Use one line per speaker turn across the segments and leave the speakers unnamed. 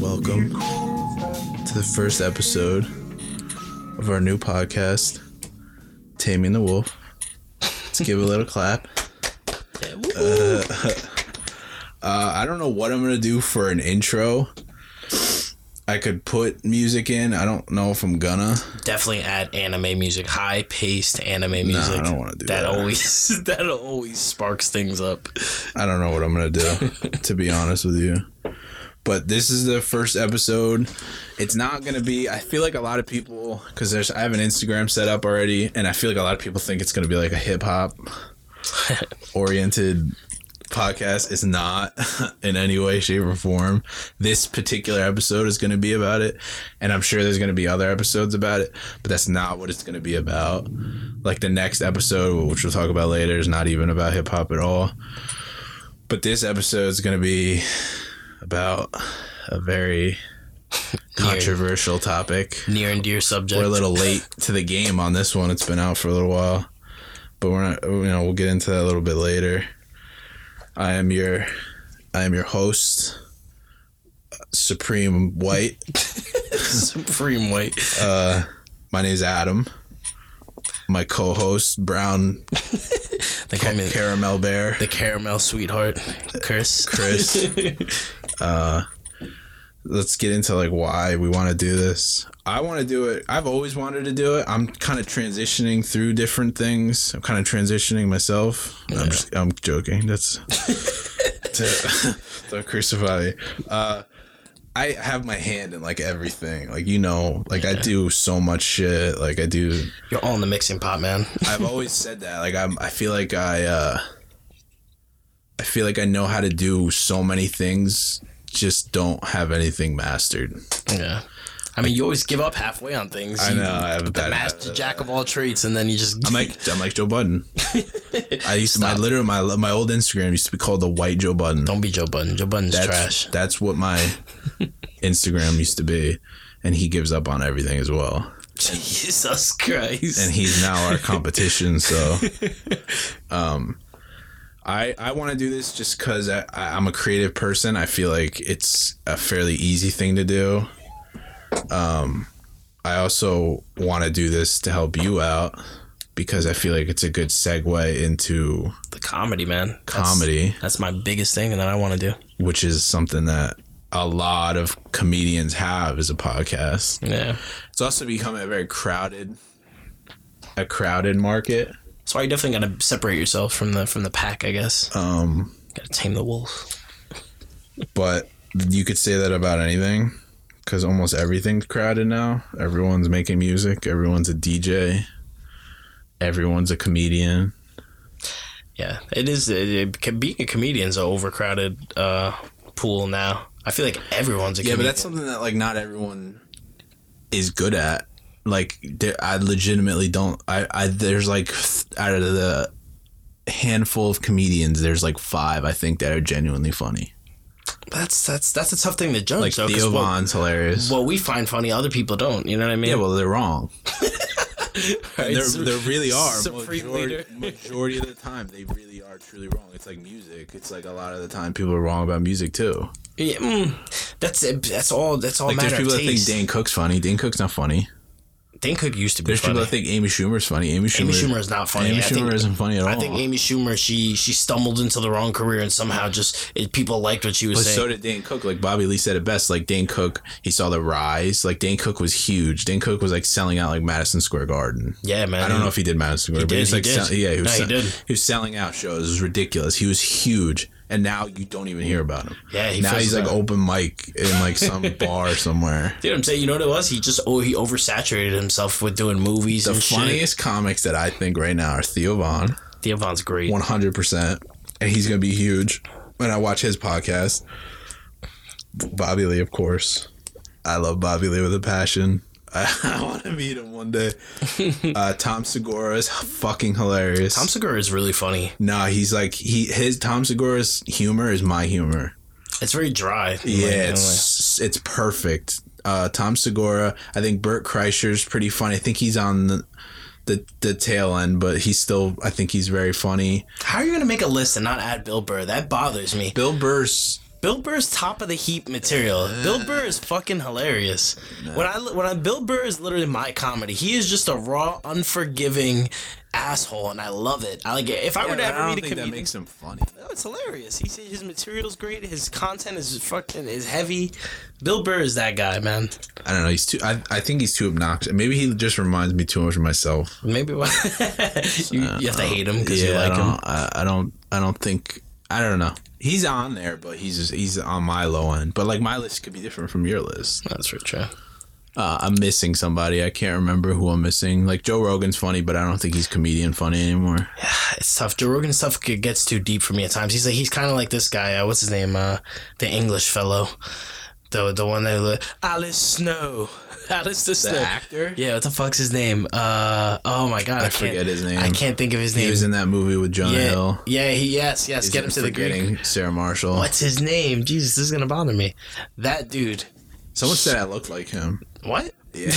welcome to the first episode of our new podcast, Taming the Wolf. Let's give it a little clap. Uh, uh, I don't know what I'm gonna do for an intro. I could put music in. I don't know if I'm gonna.
Definitely add anime music, high paced anime music.
I don't wanna do that.
always that always sparks things up.
I don't know what I'm gonna do, to be honest with you. But this is the first episode. It's not gonna be. I feel like a lot of people because there's. I have an Instagram set up already, and I feel like a lot of people think it's gonna be like a hip hop oriented podcast. It's not in any way, shape, or form. This particular episode is gonna be about it, and I'm sure there's gonna be other episodes about it, but that's not what it's gonna be about. Like the next episode, which we'll talk about later, is not even about hip hop at all but this episode is going to be about a very controversial topic.
Near and dear subject.
We're a little late to the game on this one. It's been out for a little while, but we're not. You know, we'll get into that a little bit later. I am your, I am your host, Supreme White.
supreme white.
Uh, my name is Adam. My co-host Brown
They call me
Caramel Bear.
the caramel sweetheart. Chris.
Chris. let's get into like why we want to do this. I want to do it. I've always wanted to do it. I'm kind of transitioning through different things. I'm kind of transitioning myself. No, I'm just I'm joking. That's to, don't crucify me. Uh, I have my hand in like everything. Like you know, like I do so much shit. Like I do
You're all in the mixing pot, man.
I've always said that. Like I'm, I feel like I, uh, I feel like I know how to do so many things. Just don't have anything mastered.
Yeah. I mean, you always give up halfway on things.
I
You-
know. I have a
The
bad. habit.
master jack of all trades, and then you just
I'm like I'm like Joe Budden. I used to, my literally my my old Instagram used to be called the White Joe Budden.
don't be Joe Budden. Joe Budden's
That's
trash.
that's what my Instagram used to be, and he gives up on everything as well.
Jesus Christ.
and he's now our competition. So, um, I I want to do this just because I, I, I'm a creative person. I feel like it's a fairly easy thing to do. Um, I also want to do this to help you out because I feel like it's a good segue into
the comedy, man. That's-
comedy,
That's my biggest thing, and that I want to do.
which is something that a lot of comedians have as a podcast.
Yeah.
It's also become a very crowded, a crowded market.
So you definitely gotta separate yourself from the from the pack, I guess.
Um,
gotta tame the wolf.
but you could say that about anything because almost everything's crowded now. Everyone's making music, everyone's a DJ, everyone's a comedian.
Yeah, it is. It, it, can- being a comedian's an overcrowded uh, pool now. I feel like everyone's a
Yeah,
comedian.
but that's something that like not everyone is good at. Like there, I legitimately don't. I, I there's like th- out of the handful of comedians, there's like five I think that are genuinely funny.
that's that's that's a tough thing to judge.
Like
though, 'cause
Theo
what,
Von's hilarious.
what we find funny, other people don't. You know what I mean?
yeah, well they're wrong.
Right?
There,
So-
there really are.
Supreme
majority,
leader.
majority of the time, they really are truly wrong. It's like music. It's like a lot of the time, people are wrong about music too.
Yeah, mm, that's it. That's all. That's all.
Like,
matter
there's people
of
that think
taste.
Dane Cook's funny. Dane Cook's not funny.
Dan Cook used to be
There's
funny.
people that think Amy Schumer's funny. Amy Schumer,
Amy Schumer is not funny.
Amy
I think-
Schumer isn't funny at all.
I think Amy Schumer, she she stumbled into the wrong career and somehow just it, people liked what she was
but
saying.
so did Dane Cook. Like Bobby Lee said it best. Like Dane Cook, he saw the rise. Like Dane Cook was huge. Dane Cook was like selling out like Madison Square Garden.
yeah, man.
I don't know if he did Madison Square, but
did,
he was
he
like,
did.
sell- yeah, he was,
No, he
sell-
did.
he was selling out shows. It was ridiculous. He was huge, and now you don't even hear about him.
Yeah, he
now
fills
he's
it
like
up.
open mic in like some bar somewhere.
Dude, I'm saying, you know what it was? He just oh, he oversaturated himself with doing movies
The
and shit.
funniest comics that I think right now are Theo Vaughn,
Theo Von's great.
one hundred percent, and he's gonna be huge. When I watch his podcast, Bobby Lee, of course. I love Bobby Lee with a passion. I, want to meet him one day. Uh, Tom Segura is fucking hilarious.
Tom Segura is really funny.
Nah, he's like he his Tom Segura's humor is my humor.
Oh, It's very dry.
Yeah,
Like,
it's it's perfect. Uh, Tom Segura, I think Burt Kreischer's pretty funny. I think he's on the, the the tail end, but he's still I think he's very funny.
how are you gonna make a list and not add Bill Burr? That bothers me.
Bill Burr's
Bill Burr's top of the heap material. Bill Burr is fucking hilarious. When I when I Bill Burr is literally my comedy. He is just a raw, unforgiving asshole, and I love it. I like it. If I were to
I
ever
don't
meet a
think that
comedian,
makes him funny.
no, it's hilarious. He said his material's great. His content is fucking is heavy. Bill Burr is that guy, man.
I don't know. He's too. I, I think he's too obnoxious. Maybe he just reminds me too much of myself.
Maybe why you, you have to hate him because you
I
like
don't,
him.
I, I don't. I don't think. I don't know. He's on there, but he's just, he's on my low end. But like my list could be different from your list.
That's for sure.
Uh, I'm missing somebody. I can't remember who I'm missing. Like Joe Rogan's funny, but I don't think he's comedian funny anymore.
Ah, It's tough. Joe Rogan stuff g- gets too deep for me at times. He's like he's kind of like this guy. Uh, what's his name? Uh, the English fellow, the the one that li- Alice Snow, Alice the Snow.
actor?
Yeah, what the fuck's his name? Uh, oh my god, I, can't-
forget his name.
I can't think of his name.
He was in that movie with Jonah
yeah,
Hill.
yeah, he, yes, yes. get him to the Greek.
Forgetting Sarah Marshall.
What's his name? Jesus, this is gonna bother me. That dude.
Someone said I looked like him.
What?
Yeah.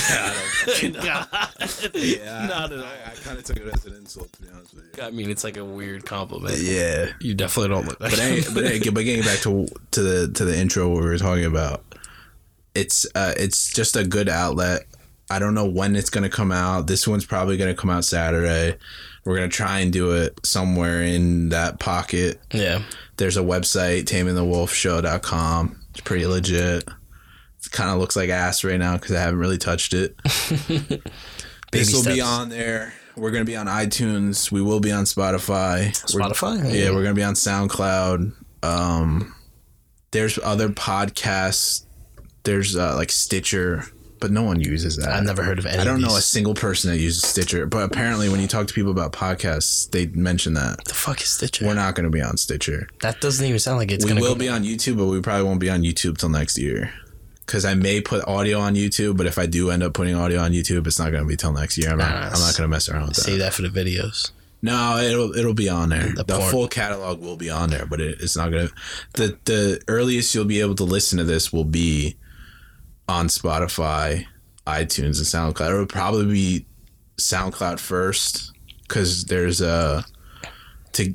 God. Not at all.
I kind of took it as an insult, to be honest with you.
I mean, it's like a weird compliment.
Yeah.
You definitely don't look like
But hey, but hey, but getting back to to the to the intro what we were talking about, it's uh, it's just a good outlet. I don't know when it's gonna come out. This one's probably gonna come out Saturday. We're gonna try and do it somewhere in that pocket.
yeah.
There's a website, tamingthewolfshow.com. It's pretty legit. It kind of looks like ass right now because I haven't really touched it. this will be
steps.
on there. We're gonna be on iTunes. We will be on Spotify. We're-
Spotify.
yeah, we're gonna be on SoundCloud. Um, there's other podcasts. There's uh, like Stitcher, but no one uses that.
I've never heard of any.
I
of
don't know a
these.
single person that uses Stitcher, but apparently when you talk to people about podcasts, they mention that
the fuck is Stitcher.
we're not going to be on Stitcher.
that doesn't even sound like it's
We
gonna
will
go-
be on YouTube, but we probably won't be on YouTube till next year. Because I may put audio on YouTube, but if I do end up putting audio on YouTube, it's not going to be till next year. I'm not,
Nah,
I'm not going to mess around with that.
Save that for the videos.
No, it'll it'll be on there. The,
The porn.
full catalog will be on there, but it, it's not gonna. The the earliest you'll be able to listen to this will be on Spotify, iTunes, and SoundCloud. It'll probably be SoundCloud first because there's a to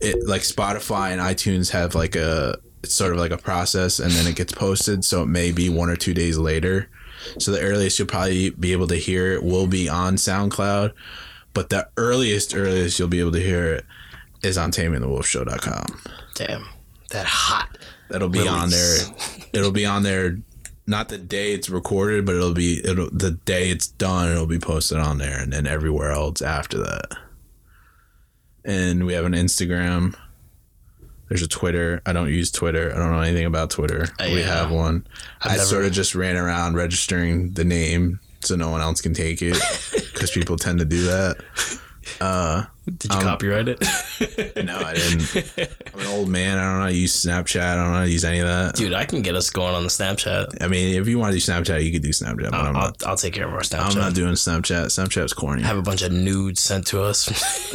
it like Spotify and iTunes have like a it's sort of like a process, and then it gets posted, so it may be one or two days later. So the earliest you'll probably be able to hear it will be on SoundCloud but the earliest earliest you'll be able to hear it is on tamingthewolfshow.com
Damn, that hot.
that'll be on there
Release.
it'll be on there not the day it's recorded but it'll be it'll the day it's done it'll be posted on there and then everywhere else after that and we have an instagram there's a twitter i don't use twitter i don't know anything about twitter
Uh,
we
yeah.
have one
I've
i
never-
sort of just ran around registering the name so no one else can take it because people tend to do that
Did you copyright it,
No, I didn't. I'm an old man. I don't know how to use Snapchat. I don't know how to use any of that.
dude? I can get us going on the Snapchat.
I mean, if you want to do Snapchat, you could do Snapchat. But I'm
I'll,
not.
I'll take care of our Snapchat.
I'm not doing Snapchat. Snapchat's corny.
have a bunch of nudes sent to us.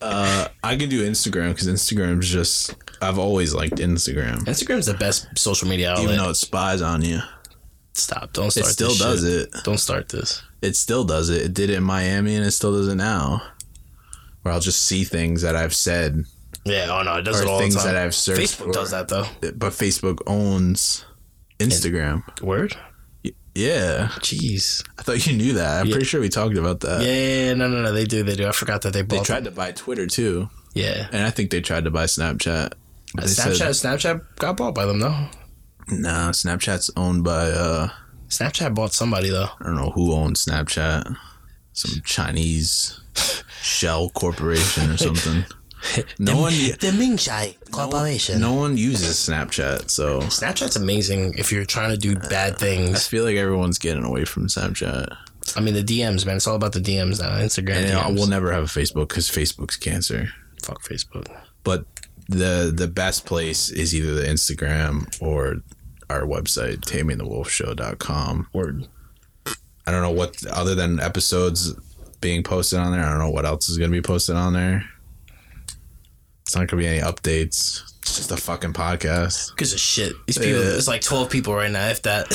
Uh, I could do Instagram because Instagram's just. I've always liked Instagram,
Instagram's the best social media outlet.
even though it spies on you.
Stop! Don't
It
start.
still
this
does
shit.
it.
Don't start this.
It still does it. It did it in Miami, and it still does it now. Where I'll just see things that I've said,
Yeah. Oh no, it does
Or
it all
things
the time.
that I've searched
Facebook
for.
does that though.
but Facebook owns Instagram.
Word.
Yeah,
Jeez.
I thought you knew that. I'm
Yeah.
pretty sure we talked about that.
Yeah, yeah, yeah, no, no, no. They do. They do. I forgot that they
They
bought.
tried to buy Twitter too.
yeah.
And I think they tried to buy Snapchat. They
Snapchat.
said-
Snapchat got bought by them though.
nah, Snapchat's owned by uh
Snapchat bought somebody though.
I don't know who owns Snapchat. Some Chinese shell corporation or something. No one
The Mingshai Corporation.
no one uses Snapchat, so
Snapchat's amazing if you're trying to do
Uh,
bad
I
things.
feel like everyone's getting away from Snapchat.
I mean, the DMs, man. It's all about the DMs now. Instagram.
And you know,
DMs.
we'll never have a Facebook cuz Facebook's cancer.
Fuck Facebook.
But the the best place is either the Instagram or our website tamingthewolfshow.com.
Word.
I don't know what other than episodes being posted on there. I don't know what else is gonna be posted on there. It's not gonna be any updates. It's just a fucking podcast.
Because of shit. These people.
Yeah.
It's like 12 people right now, if that.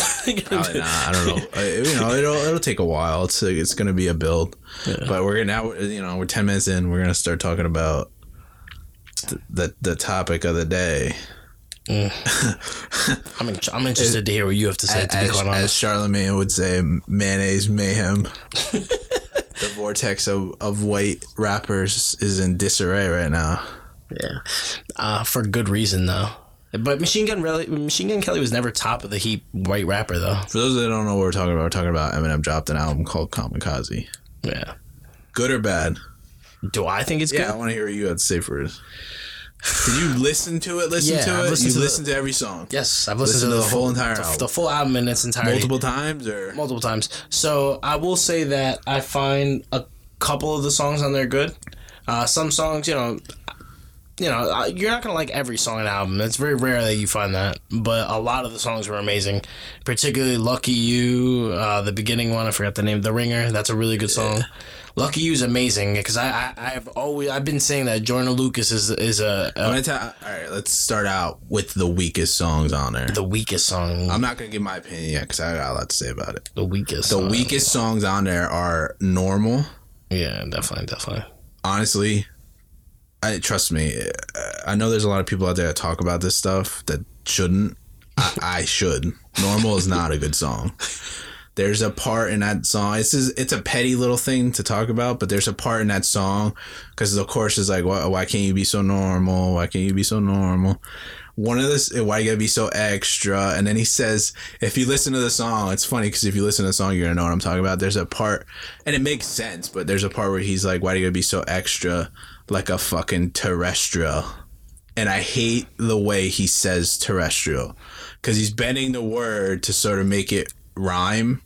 Probably not. I don't know. Uh, you know, it'll it'll take a while. It's it's gonna be a build, but we're gonna now. You know, we're ten minutes in. We're gonna start talking about th- the the topic of the day.
I'm, in, I'm interested to hear what you have to say. to be
as,
quite
as
honest.
Charlemagne would say, mayonnaise mayhem. the vortex of, of white rappers is in disarray right now.
yeah, uh, for good reason though. But Machine Gun Rally, Machine Gun Kelly was never top of the heap white rapper though.
For those that don't know what we're talking about, we're talking about Eminem dropped an album called Kamikaze.
Yeah.
Good or bad?
Do I think it's
Yeah, I
good?
want to hear what you had to say first. Did you listen to it? Listen
Yeah,
to
I've
it.
listened
you
to the-
listened to every song
Yes, I've
Listen
listened to,
to
the,
the
full
whole entire
the,
album.
the full album in its entirety.
multiple times, or
multiple times. So I will say that I find a couple of the songs on there good. Uh, some songs, you know, you know, uh, you're not gonna like every song on the album. It's very rare that you find that, but a lot of the songs were amazing. Particularly "Lucky You," uh, the beginning one. I forgot the name. "The Ringer." That's a really good song. "Lucky You" is amazing because I, I I've always I've been saying that Jordan Lucas is is a, a
I'm gonna tell. All right, let's start out with the weakest songs on there.
the weakest song.
I'm not gonna give my opinion yet because I got a lot to say about it.
the weakest.
The
song.
weakest songs on there are normal.
Yeah, definitely, definitely.
honestly, I trust me. uh, I know there's a lot of people out there that talk about this stuff that shouldn't. I, I should. Normal is not a good song. There's a part in that song. It's just, it's a petty little thing to talk about, but there's a part in that song because the chorus is like, why, "Why can't you be so normal? Why can't you be so normal?" One of this, why you gotta be so extra? And then he says, if you listen to the song, it's funny because if you listen to the song, you're gonna know what I'm talking about. There's a part, and it makes sense, but there's a part where he's like, why do you gotta be so extra, like a fucking terrestrial? And I hate the way he says terrestrial because he's bending the word to sort of make it rhyme.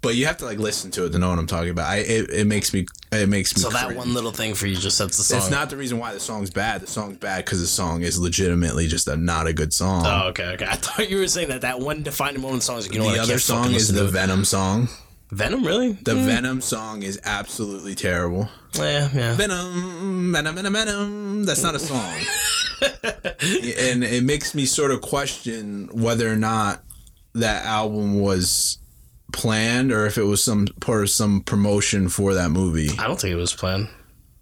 But you have to like listen to it to know what I'm talking about. I it, it makes me it makes me
So that
cringe.
one little thing for you just sets the song.
It's not the reason why the song's bad. The song's bad because the song is legitimately just a not a good song.
Oh, okay, okay. I thought you were saying that that one defining moment in the song is like, you know what?
the
I
other
can't fucking
song is
listen to
the
it.
Venom song.
Venom, really?
The Venom song is absolutely terrible.
yeah, yeah.
Venom, Venom, Venom, Venom. That's not a song. and it makes me sort of question whether or not that album was planned or if it was some part of some promotion for that movie.
I don't think it was planned.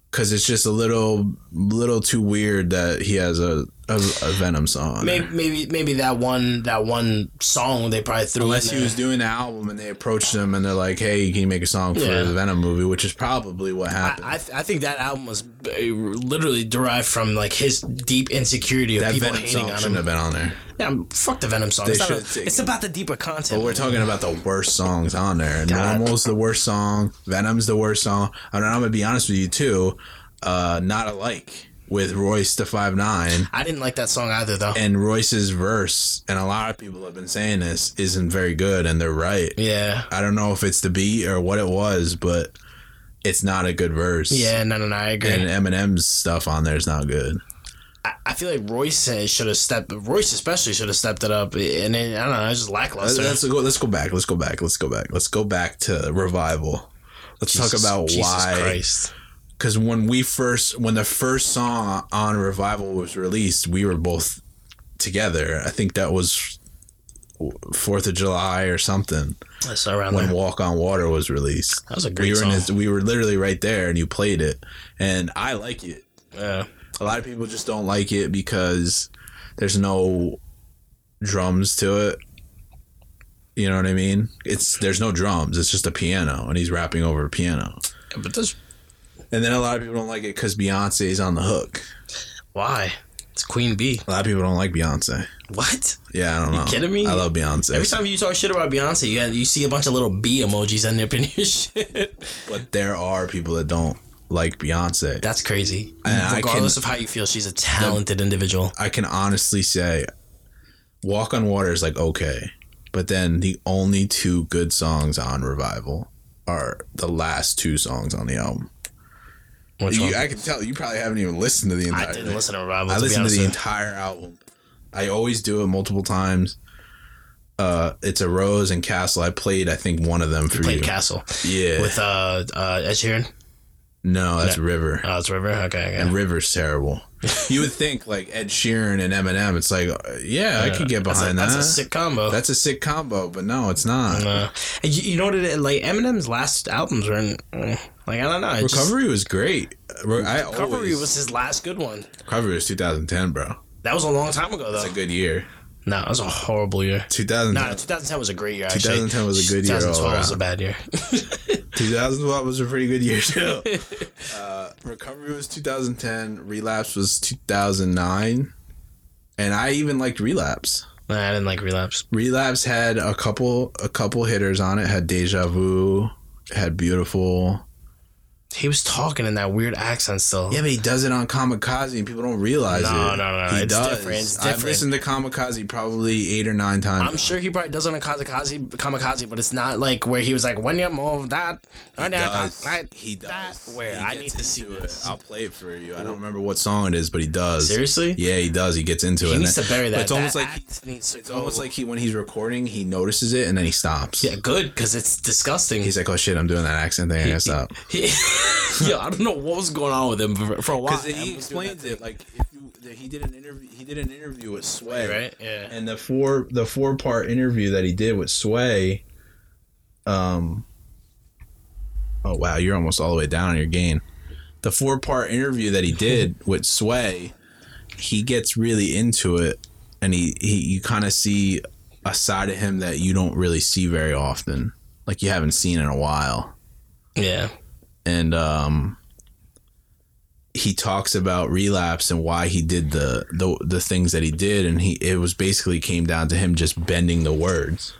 Because it's just a little, little too weird that he has a, a, a Venom song. on there.
Maybe, maybe, maybe that one, that one song they probably threw.
Unless
in
he
there.
was doing the album and they approached him and they're like, "Hey, can you make a song for
Yeah.
the Venom movie?" Which is probably what happened.
I, I, th- I think that album was uh, literally derived from like his deep insecurity of
that
people
Venom
hating
song
on
shouldn't
him.
have been on there.
Yeah, fuck the Venom song. It's, not a-
should take-
it's about the deeper content.
But we're talking about the worst songs on there. Normal's the worst song. Venom's the worst song. I mean, I'm gonna be honest with you too. Uh, not alike with Royce the Five Nine
I didn't like that song either, though.
and Royce's verse. And a lot of people have been saying this isn't very good, and they're right.
yeah.
I don't know if it's the beat or what it was, but it's not a good verse.
Yeah, no, no, no, I agree.
And Eminem's stuff on there is not good.
I, I feel like Royce uh, should have stepped. Royce especially should have stepped it up, and it, I don't know, it's just
Let's,
lackluster.
let's go. Let's go back. Let's go back. Let's go back. Let's go back to revival. Let's talk
Jesus-
about
Jesus
why.
Christ.
Because when we first, when the first song on revival was released, we were both together. I think that was Fourth of July or something
That's around
when
there.
Walk on Water was released.
That was a
we
great
were
song.
this- we were literally right there, and you played it, and I like it.
Yeah.
a lot of people just don't like it because there's no drums to it. You know what I mean? It's there's no drums. It's just a piano, and he's rapping over a piano.
but that's
And then a lot of people don't like it because Beyonce's on the hook.
why it's Queen B.
A lot of people don't like Beyonce.
What?
Yeah, I don't know.
kidding me?
I love Beyonce.
Every time you talk shit about Beyonce, you got, you see a bunch of little B emojis ending up in your shit.
but there are people that don't like Beyonce.
That's crazy.
And I
Regardless of how you feel, she's a talented individual.
I can honestly say, Walk on Water is like okay, but then the only two good songs on Revival are the last two songs on the album.
Which one?
You, I can tell you probably haven't even listened to the entire.
I didn't listen to Revival.
I
to
listened
be
to
honest
the
with
entire album. I always do it multiple times. Uh, it's a Rose and Castle. I played, I think, one of them for
you. played
you.
Castle
yeah.
with uh uh Ed Sheeran.
no, that's River.
Oh, it's River. Okay, okay.
And River's terrible. you would think like Ed Sheeran and Eminem. It's like, uh, yeah, I could get
That's
behind
a,
that.
That's a sick combo.
sick combo, but no, it's not.
Uh, and you, you know what? It, is? like Eminem's last albums were in, mm, like I don't know. it just-
Recovery was great. Re- I
Recovery
always-
was his last good one.
Recovery was 2010, bro.
That was a long time ago though.
That's a good year.
no, that was a horrible year.
2010,
No, 2010 was a great year. Actually.
2010 was a good year all
2012 was a
around.
bad year.
2012 was a pretty good year too. uh, Recovery was 2010. Relapse was 2009, and I even liked Relapse.
nah, I didn't like relapse.
Relapse had a couple a couple hitters on it. Had Deja Vu. Had Beautiful.
He was talking in that weird accent still.
Yeah, but he does it on Kamikaze, and people don't realize
No,
it.
no, no,
He
it's
does.
different, it's
I've
different.
listened to Kamikaze probably eight or nine times.
I'm sure he probably does it on kamikaze, kamikaze, but it's not like where he was like, when you move that, when you
does.
that,
He
that,
does.
where
He
I need
gets
to see
into
this.
I'll play it for you. I don't remember what song it is, but he does.
Seriously?
Yeah, he does. He gets into it.
He
and
needs
then-
to bury
but
that.
It's almost
That
like
act needs to
it's
go.
almost like he when he's recording, he notices it and then he stops.
yeah, good because it's disgusting.
He's like, oh shit, I'm doing that accent thing. I gotta stop.
Yo, I don't know what was going on with him for, for a while.
Because he explains it like if you, that he did an interview. He did an interview with Sway,
right? Yeah.
And the four the four part interview that he did with Sway, um, oh wow, you're almost all the way down on your gain. The four part interview that he did with Sway, he gets really into it, and he, he you kind of see a side of him that you don't really see very often, like you haven't seen in a while
Yeah.
and um he talks about relapse and why he did the the, the things that he did and he it was basically came down to him just bending the words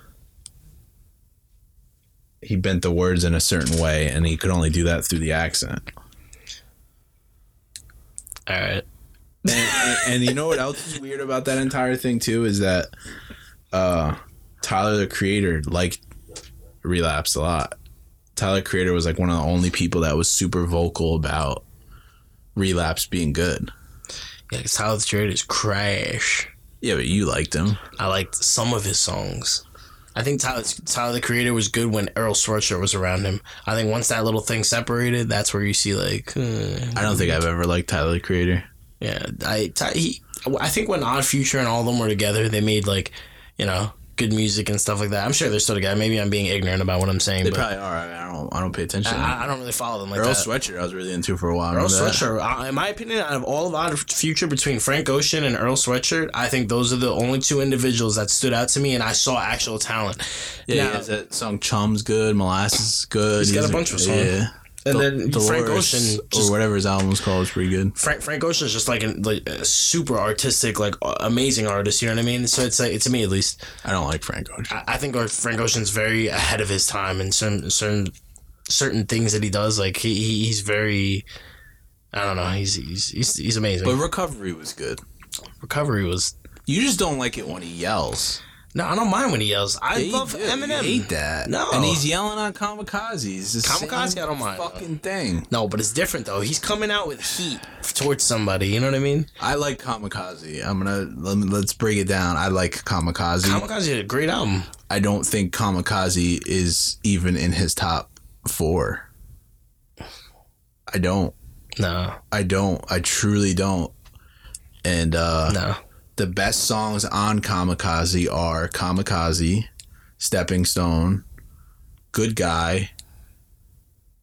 he bent the words in a certain way and he could only do that through the accent
All right.
and, and you know what else is weird about that entire thing too is that uh Tyler the creator liked relapse a lot. Tyler creator was like one of the only people that was super vocal about relapse being good.
Yeah, 'cause Tyler the Creator is crash.
Yeah, but you liked him.
I liked some of his songs. I think Tyler, Tyler the Creator was good when Errol Sweatshirt was around him. I think once that little thing separated, that's where you see like, uh,
I don't think I've ever liked Tyler the creator.
yeah, I Ty, he, I think when Odd Future and all of them were together, they made like, you know, good music and stuff like that. I'm sure they're still together. Maybe I'm being ignorant about what I'm saying,
They
but
probably are. I, mean, I don't. I don't pay attention. to them.
I, I don't really follow them like
Earl
that.
Sweatshirt, I was really into for a while.
Earl
remember that?
Sweatshirt, I- in my opinion, out of all of Odd Future between Frank Ocean and Earl Sweatshirt, I think those are the only two individuals that stood out to me, and I saw actual talent.
Yeah,
Now-
he has that song "Chum's" good, "Molasses" is good.
He's got a bunch of songs.
Yeah,
And
Del-
then Frank
Dolores,
Ocean
or
just-
whatever his album was called is pretty good.
Frank Frank Ocean's just like, an, like a super artistic, like a- amazing artist. You know what I mean? So it's like to me at least,
I don't like Frank Ocean.
I, I think like Frank Ocean's very ahead of his time in certain certain certain things that he does. Like he, he he's very, I don't know, he's he's he's, he's amazing.
But
But
recovery was good.
recovery was
You just don't like it when he yells.
no, I don't mind when he yells. I
Yeah,
love
you do. You
Eminem.
hate that.
No.
and he's yelling on kamikazes. It's the
Kamikaze,
same
I don't mind,
Fucking thing.
No, but it's different though. He's coming out with heat towards somebody. You know what I mean?
I like kamikaze. I'm gonna let me, let's break it down. I like kamikaze.
Kamikaze is a great album.
I don't think kamikaze is even in his top four. I don't.
No,
I don't. I truly don't. And uh
no.
the best songs on Kamikaze are Kamikaze, Stepping Stone, Good Guy,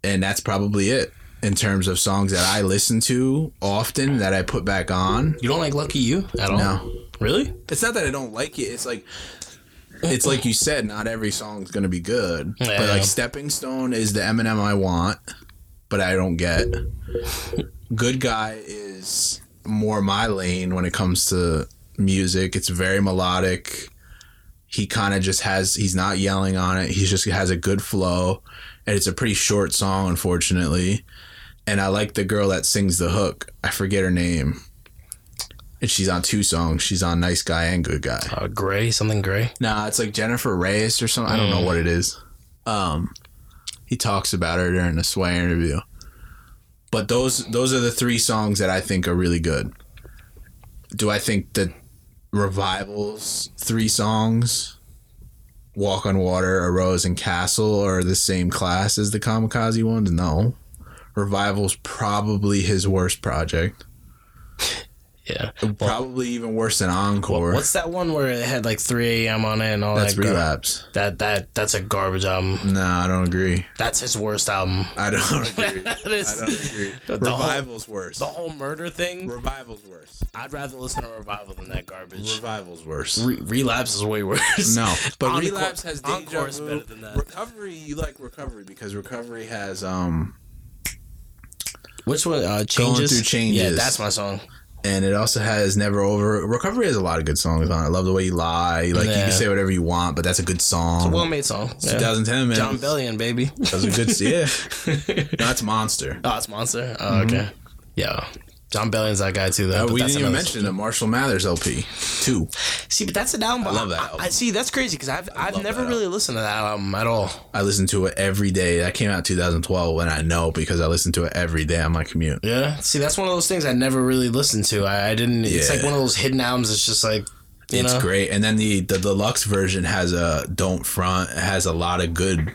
and that's probably it in terms of songs that I listen to often that I put back on.
You don't like Lucky You at all?
No.
Really?
It's not that I don't like it. It's like it's like you said, not every song's gonna be good. But
Yeah.
like Stepping Stone is the Eminem I want, but I don't get. Good Guy is more my lane when it comes to music. It's very melodic. He kind of just has he's not yelling on it. He just has a good flow. And it's a pretty short song, unfortunately. And I like the girl that sings the hook. I forget her name. And she's on two songs. She's on Nice Guy and Good Guy.
Uh, gray, something gray.
Nah, it's like Jennifer Reyes or something. I don't know what it is. Um, he talks about her during the Sway interview. But those those are the three songs that I think are really good. Do I think that revivals three songs, "Walk on Water," "A Rose," and "Castle" are the same class as the Kamikaze ones? No, revivals probably his worst project.
Yeah.
Probably even worse than Encore.
What's that one where it had like 3 a.m. on it and all
That's
that? gar-
relapse.
That that that's a garbage album.
No, I don't agree.
That's his worst album.
I don't agree.
That
I
is-
don't agree.
The whole-
Revival's worse.
the whole murder thing.
Revival's worse.
I'd rather listen to Revival than that garbage.
Revival's worse.
Re- relapse is way worse.
No, but
Encore-
relapse has deja
Encore is
vu.
better than that.
Recovery, you like recovery because recovery has um,
Which one? Uh, changes.
Through Changes.
Yeah, that's my song.
and it also has never over. Recovery has a lot of good songs on. it. I love the way you lie. Like you
Yeah.
can say whatever you want, but that's a good song.
Well made song. Yeah.
2010, man.
John Bellion, baby.
That was a good. Yeah, No, that's monster.
Oh, it's Monster. Oh, okay. Yeah. John Bellion's that guy too,
Uh,
though. but
Mm-hmm. we
that's
didn't even
another-
mention the Marshall Mathers LP two.
See, but that's a down. I
love that album.
I, see. That's crazy because I've I've
love
never
that
really listened to that album at all.
I listen to it every day. That came out 2012, and I know because I listen to it every day on my commute.
Yeah. See, that's one of those things I never really listened to. I, I didn't. It's
Yeah.
like one of those hidden albums. It's just like you
it's
know.
great. And then the the deluxe version has a don't front. It has a lot of good.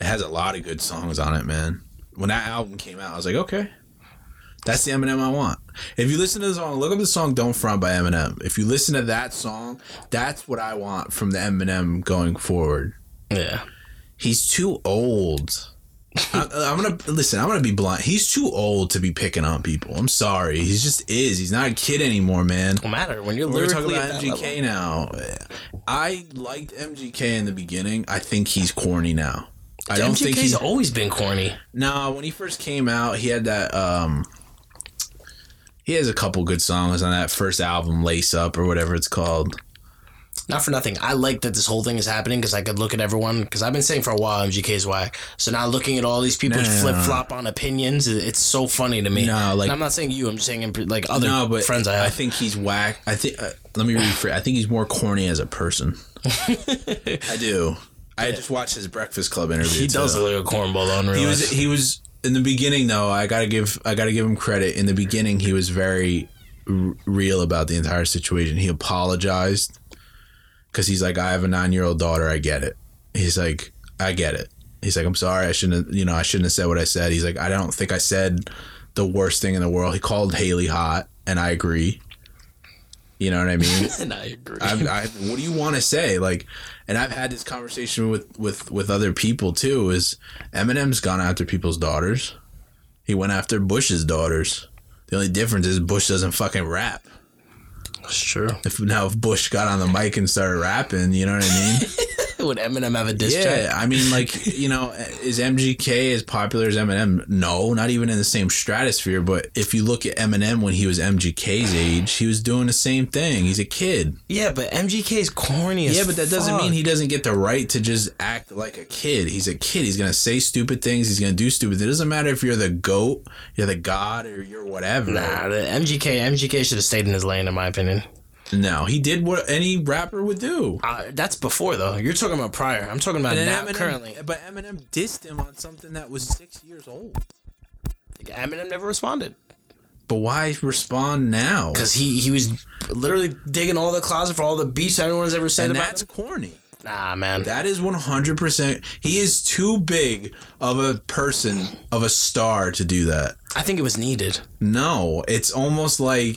It has a lot of good songs on it, man. When that album came out, I was like, okay, that's the Eminem I want. If you listen to the song, look up the song "Don't Front" by Eminem. If you listen to that song, that's what I want from the Eminem going forward.
Yeah.
He's too old. I, I'm gonna listen. I'm gonna be blunt. He's too old to be picking on people. I'm sorry. He just is. He's not a kid anymore, man.
No matter when you're
We're talking
lyrically at
about
that
MGK
level.
now. I liked MGK in the beginning. I think he's corny now. I don't think
MGK's
he's.
always been corny.
No, when he first came out, he had that. um He has a couple good songs on that first album, Lace Up or whatever it's called.
Not for nothing. I like that this whole thing is happening because I could look at everyone because I've been saying for a while MGK's whack. So now looking at all these people
No, no, no,
flip flop on opinions, it- it's so funny to me.
No, like-
And I'm not saying you. I'm just saying in pre- like other
No, but
friends I have.
think he's whack. I think. Uh, let me rephrase. I think he's more corny as a person. I do. I just watched his Breakfast Club interview.
he does
too.
look like a cornball on real
he
life.
was he was in the beginning though i gotta give i gotta give him credit in the beginning he was very r- real about the entire situation he apologized because he's like i have a nine-year-old daughter i get it he's like i get it he's like i'm sorry i shouldn't have, you know i shouldn't have said what i said he's like i don't think i said the worst thing in the world he called haley hot and i agree you know what i mean
and I agree.
I've, I, what do you want to say? Like, and I've had this conversation with with with other people too. Is Eminem's gone after people's daughters? He went after Bush's daughters. The only difference is Bush doesn't fucking rap.
That's true.
If now if Bush got on the mic and started rapping, you know what I mean?
Would Eminem have a diss
yeah,
track?
I mean, like you know, is MGK as popular as Eminem? No, not even in the same stratosphere. But if you look at Eminem when he was MGK's age, he was doing the same thing. He's a kid.
Yeah, but MGK's corny as
Yeah, but that doesn't
fuck.
mean he doesn't get the right to just act like a kid. He's a kid. He's gonna say stupid things. He's gonna do stupid. It doesn't matter if you're the goat, you're the god, or you're whatever.
Nah, the MGK MGK should have stayed in his lane, in my opinion.
No, he did what any rapper would do.
Uh, that's before though. You're talking about prior. I'm talking about
And
now
Eminem-
currently.
but Eminem dissed him on something that was six years old.
Eminem never responded
But why respond now?
because he he was literally digging all the closet for all the beefs everyone's ever said
And
about.
that's corny.
him. Nah, man.
That is 100%. He is too big of a person, of a star to do that.
I think it was needed.
No, it's almost like.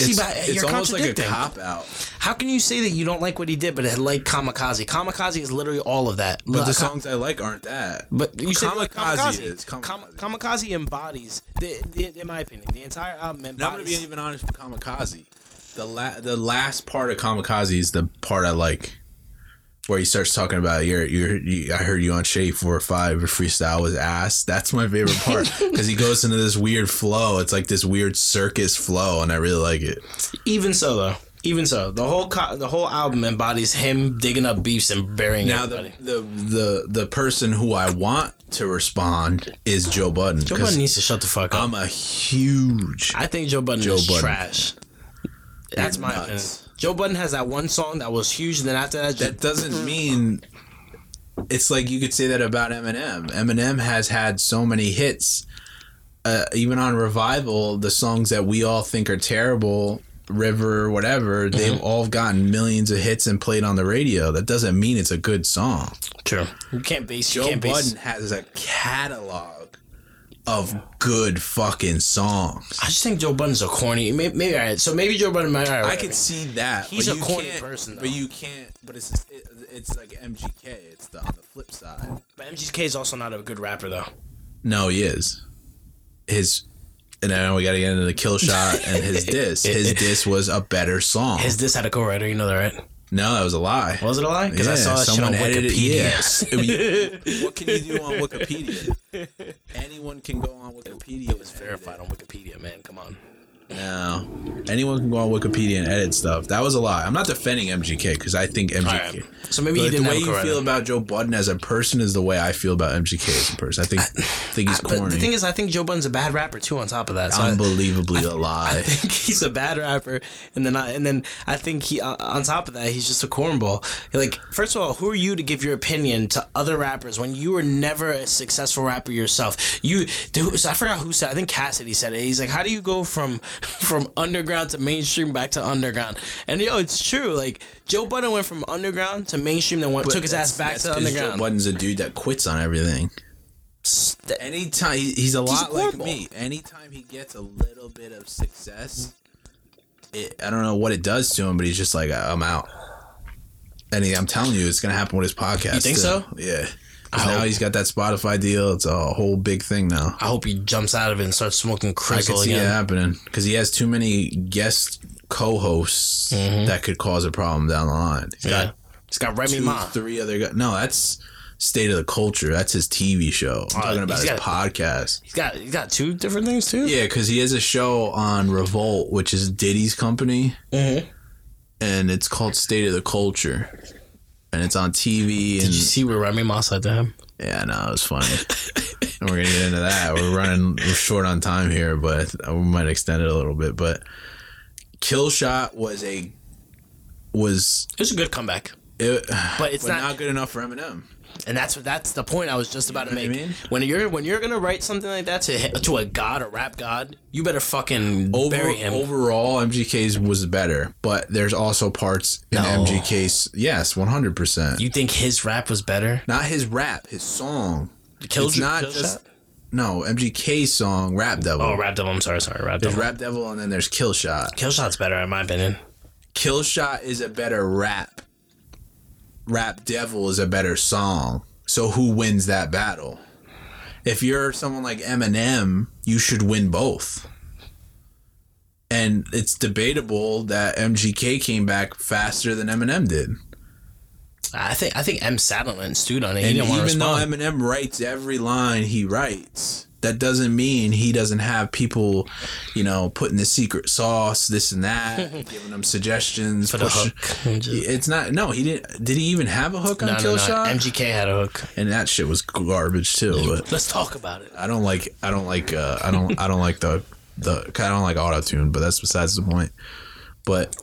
It's,
but
it's
you're
almost like a
contradicting.
cop out.
How can you say that you don't like what he did, but it like Kamikaze? Kamikaze is literally all of that.
But the songs I like aren't that.
But you said like
Kamikaze
kamikaze.
is-
Kam-
Kamikaze.
kamikaze. embodies, the, the, in my opinion, the entire album
And I'm gonna be
embodies.
even honest with Kamikaze. The la- the last part of Kamikaze is the part I like, where he starts talking about you're you're. You, I heard you on Shade Four or Five. Your freestyle was ass. That's my favorite part because he goes into this weird flow. It's like this weird circus flow, and I really like it.
even so, though, even so, the whole co- the whole album embodies him digging up beefs and burying
Now the
everybody.
the the the person who I want to respond is Joe Budden
Joe Budden
because
needs to shut the fuck up.
I'm a huge.
I think Joe Budden
Joe
is
Budden.
trash. That's
You're
my
nuts.
opinion. Joe Budden has that one song that was huge, and then after that,
that doesn't mean it's like you could say that about Eminem. Eminem has had so many hits, uh, even on Revival, the songs that we all think are terrible, River, whatever,
Mm-hmm.
they've all gotten millions of hits and played on the radio. That doesn't mean it's a good song.
true. You can't base. You
Joe
can't base.
Budden has a catalog of good fucking songs.
I just think Joe Budden's a corny. Maybe, maybe all right. So maybe Joe Budden. All right,
I
whatever.
could see that.
He's
but
a
you
corny
can't-
person, though.
But you can't. But it's just, it, it's like MGK. It's the on the flip side.
But MGK is also not a good rapper though.
No, he is. His and then we got to get into the kill shot and his diss. His diss was a better song.
His this had a co-writer. You know that, right?
no, that was a lie.
Was it a lie? Because I saw that shit on
edited-
Wikipedia.
yes. I mean, what can you do on Wikipedia? Anyone can go on Wikipedia. It was
Verified on Wikipedia, man. Come on.
No, anyone can go on Wikipedia and edit stuff. That was a lie. I'm not defending MGK because I think MGK.
All right. So maybe he
But
didn't
the way
have a
you
co-writer.
feel about Joe Budden as a person is the way I feel about MGK as a person. I think think he's corny.
But the thing is, I think Joe Budden's a bad rapper too. On top of that, so I-
unbelievably a
I
lie.
think he's a bad rapper, and then I, and then I think he uh, on top of that he's just a cornball. Like first of all, who are you to give your opinion to other rappers when you were never a successful rapper yourself? You dude, so I forgot who said. I think Cassidy said it. He's like, how do you go from from underground to mainstream back to underground? And yo, it's true. Like Joe Budden went from underground to mainstream, then went, took his ass back
That's
to
'cause
underground.
Joe Budden's a dude that quits on everything. Anytime he- he's a lot like
horrible.
me. Anytime he gets a little bit of success, it, I don't know what it does to him, but he's just like, uh, I'm out. And he, I'm telling you, it's gonna happen with his podcast.
You think
too.
so?
Yeah. 'Cause now
hope.
he's got that Spotify deal. It's a whole big thing now.
I hope he jumps out of it and starts smoking
I could
Crizzle
see it
again.
happening because he has too many guest co-hosts that could cause a problem down the line. He's
Mm-hmm. Yeah.
got
He's got Remy
two,
Ma.
three other guys. No, that's State of the Culture. That's his TV show. I'm
Uh,
talking about
he's
his
got-
podcast.
He's got he's got two different things too.
Yeah, because he has a show on Revolt, which is Diddy's company,
Mhm.
and it's called State of the Culture, and it's on TV.
Did
And
you see where Remy Ma said to him?
yeah, no, it was funny. and we're gonna get into that. We're running we're short on time here, but we might extend it a little bit. But Kill Shot was a was
It was a good comeback,
it,
but it's
but
not,
not, good enough for Eminem.
And that's what that's the point I was just about to
know
make.
what I mean?
When you're when you're gonna write something like that to to a god a rap god, you better fucking
Over,
bury him.
Overall, MGK's was better, but there's also parts in
No.
MGK's. Yes, one hundred percent.
you think his rap was better?
Not his rap, his song.
Kill,
it's not
Kill
just
Shot?
no MGK's song, Rap Devil.
Oh, Rap Devil. I'm sorry, sorry, Rap
There's
Devil.
Rap Devil, and then there's Kill Shot.
Kill Shot's better in my opinion.
Kill Shot is a better rap. Rap Devil is a better song. So who wins that battle? If you're someone like Eminem, you should win both. And it's debatable that MGK came back faster than Eminem did.
I think I think M sat on it and stewed on it. he
And
didn't want to
even though
respond.
Eminem writes every line he writes, that doesn't mean he doesn't have people, you know, putting the secret sauce, this and that, giving them suggestions.
for the
pushing-
hook. Just-
It's not. No, he didn't. Did he even have a hook on
No, no,
Kill
no.
Shot?
MGK had a hook.
and that shit was garbage too. But
Let's talk about it.
I don't like. I don't like. Uh, I don't. I don't like the the. I don't like auto tune, but that's besides the point. But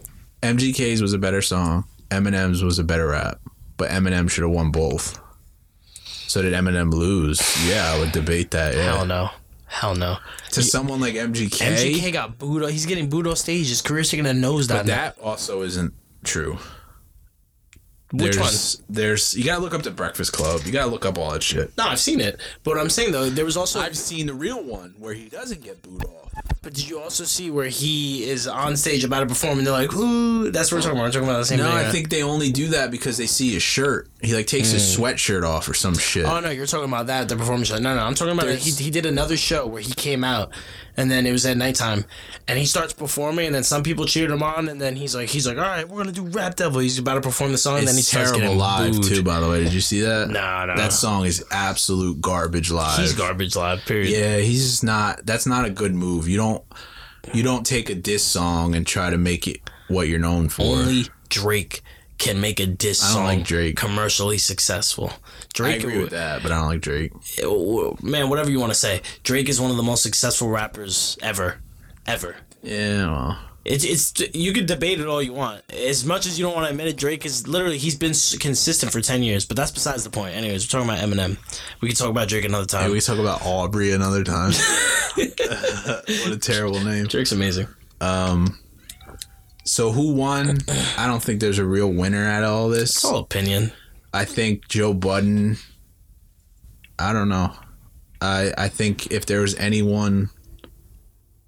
MGK's was a better song. Eminem's was a better rap, but Eminem should have won both. So did Eminem lose? Yeah, I would debate that. Yeah,
Hell no. Hell no.
to someone like MGK,
MGK got booed. off- He's getting booed off stage. His career's taking a nosedive. now.
that also isn't true.
Which one?
there's, There's you gotta look up the Breakfast Club. You gotta look up all that shit.
No, I've seen it. But what I'm saying though, there was also.
I've seen the real one where he doesn't get booed off.
but did you also see where he is on stage about to perform and they're like, "Ooh, that's what we're talking about." We're talking about the same
No,
thing.
I think they only do that because they see his shirt. He like takes
Mm.
his sweatshirt off or some shit.
Oh no, you're talking about that the performance show. No, no, I'm talking about he, he did another show where he came out, and then it was at nighttime, and he starts performing, and then some people cheered him on, and then he's like, he's like, all right, we're gonna do Rap Devil. He's about to perform the song, and then he
it's
starts
terrible
getting
live
booed.
too. By the way, did you see that?
Nah, nah.
That song is absolute garbage live.
He's garbage live. Period.
Yeah, he's just not. That's not a good move. You don't. You don't take a diss song and try to make it what you're known for.
Only Drake can make a diss
don't
song
like Drake.
commercially successful.
I
Drake,
agree with that, but I don't like Drake.
man, whatever you want to say, Drake is one of the most successful rappers ever, ever.
Yeah, well,
It's it's you could debate it all you want. As much as you don't want to admit it, Drake is literally he's been s- consistent for ten years. But that's besides the point. Anyways, we're talking about Eminem. We can talk about Drake another time.
Can we talk about Aubrey another time. what a terrible name.
Drake's amazing.
So who won? I don't think there's a real winner at all this.
It's all opinion.
I think Joe Budden. I don't know. I I I think if there was anyone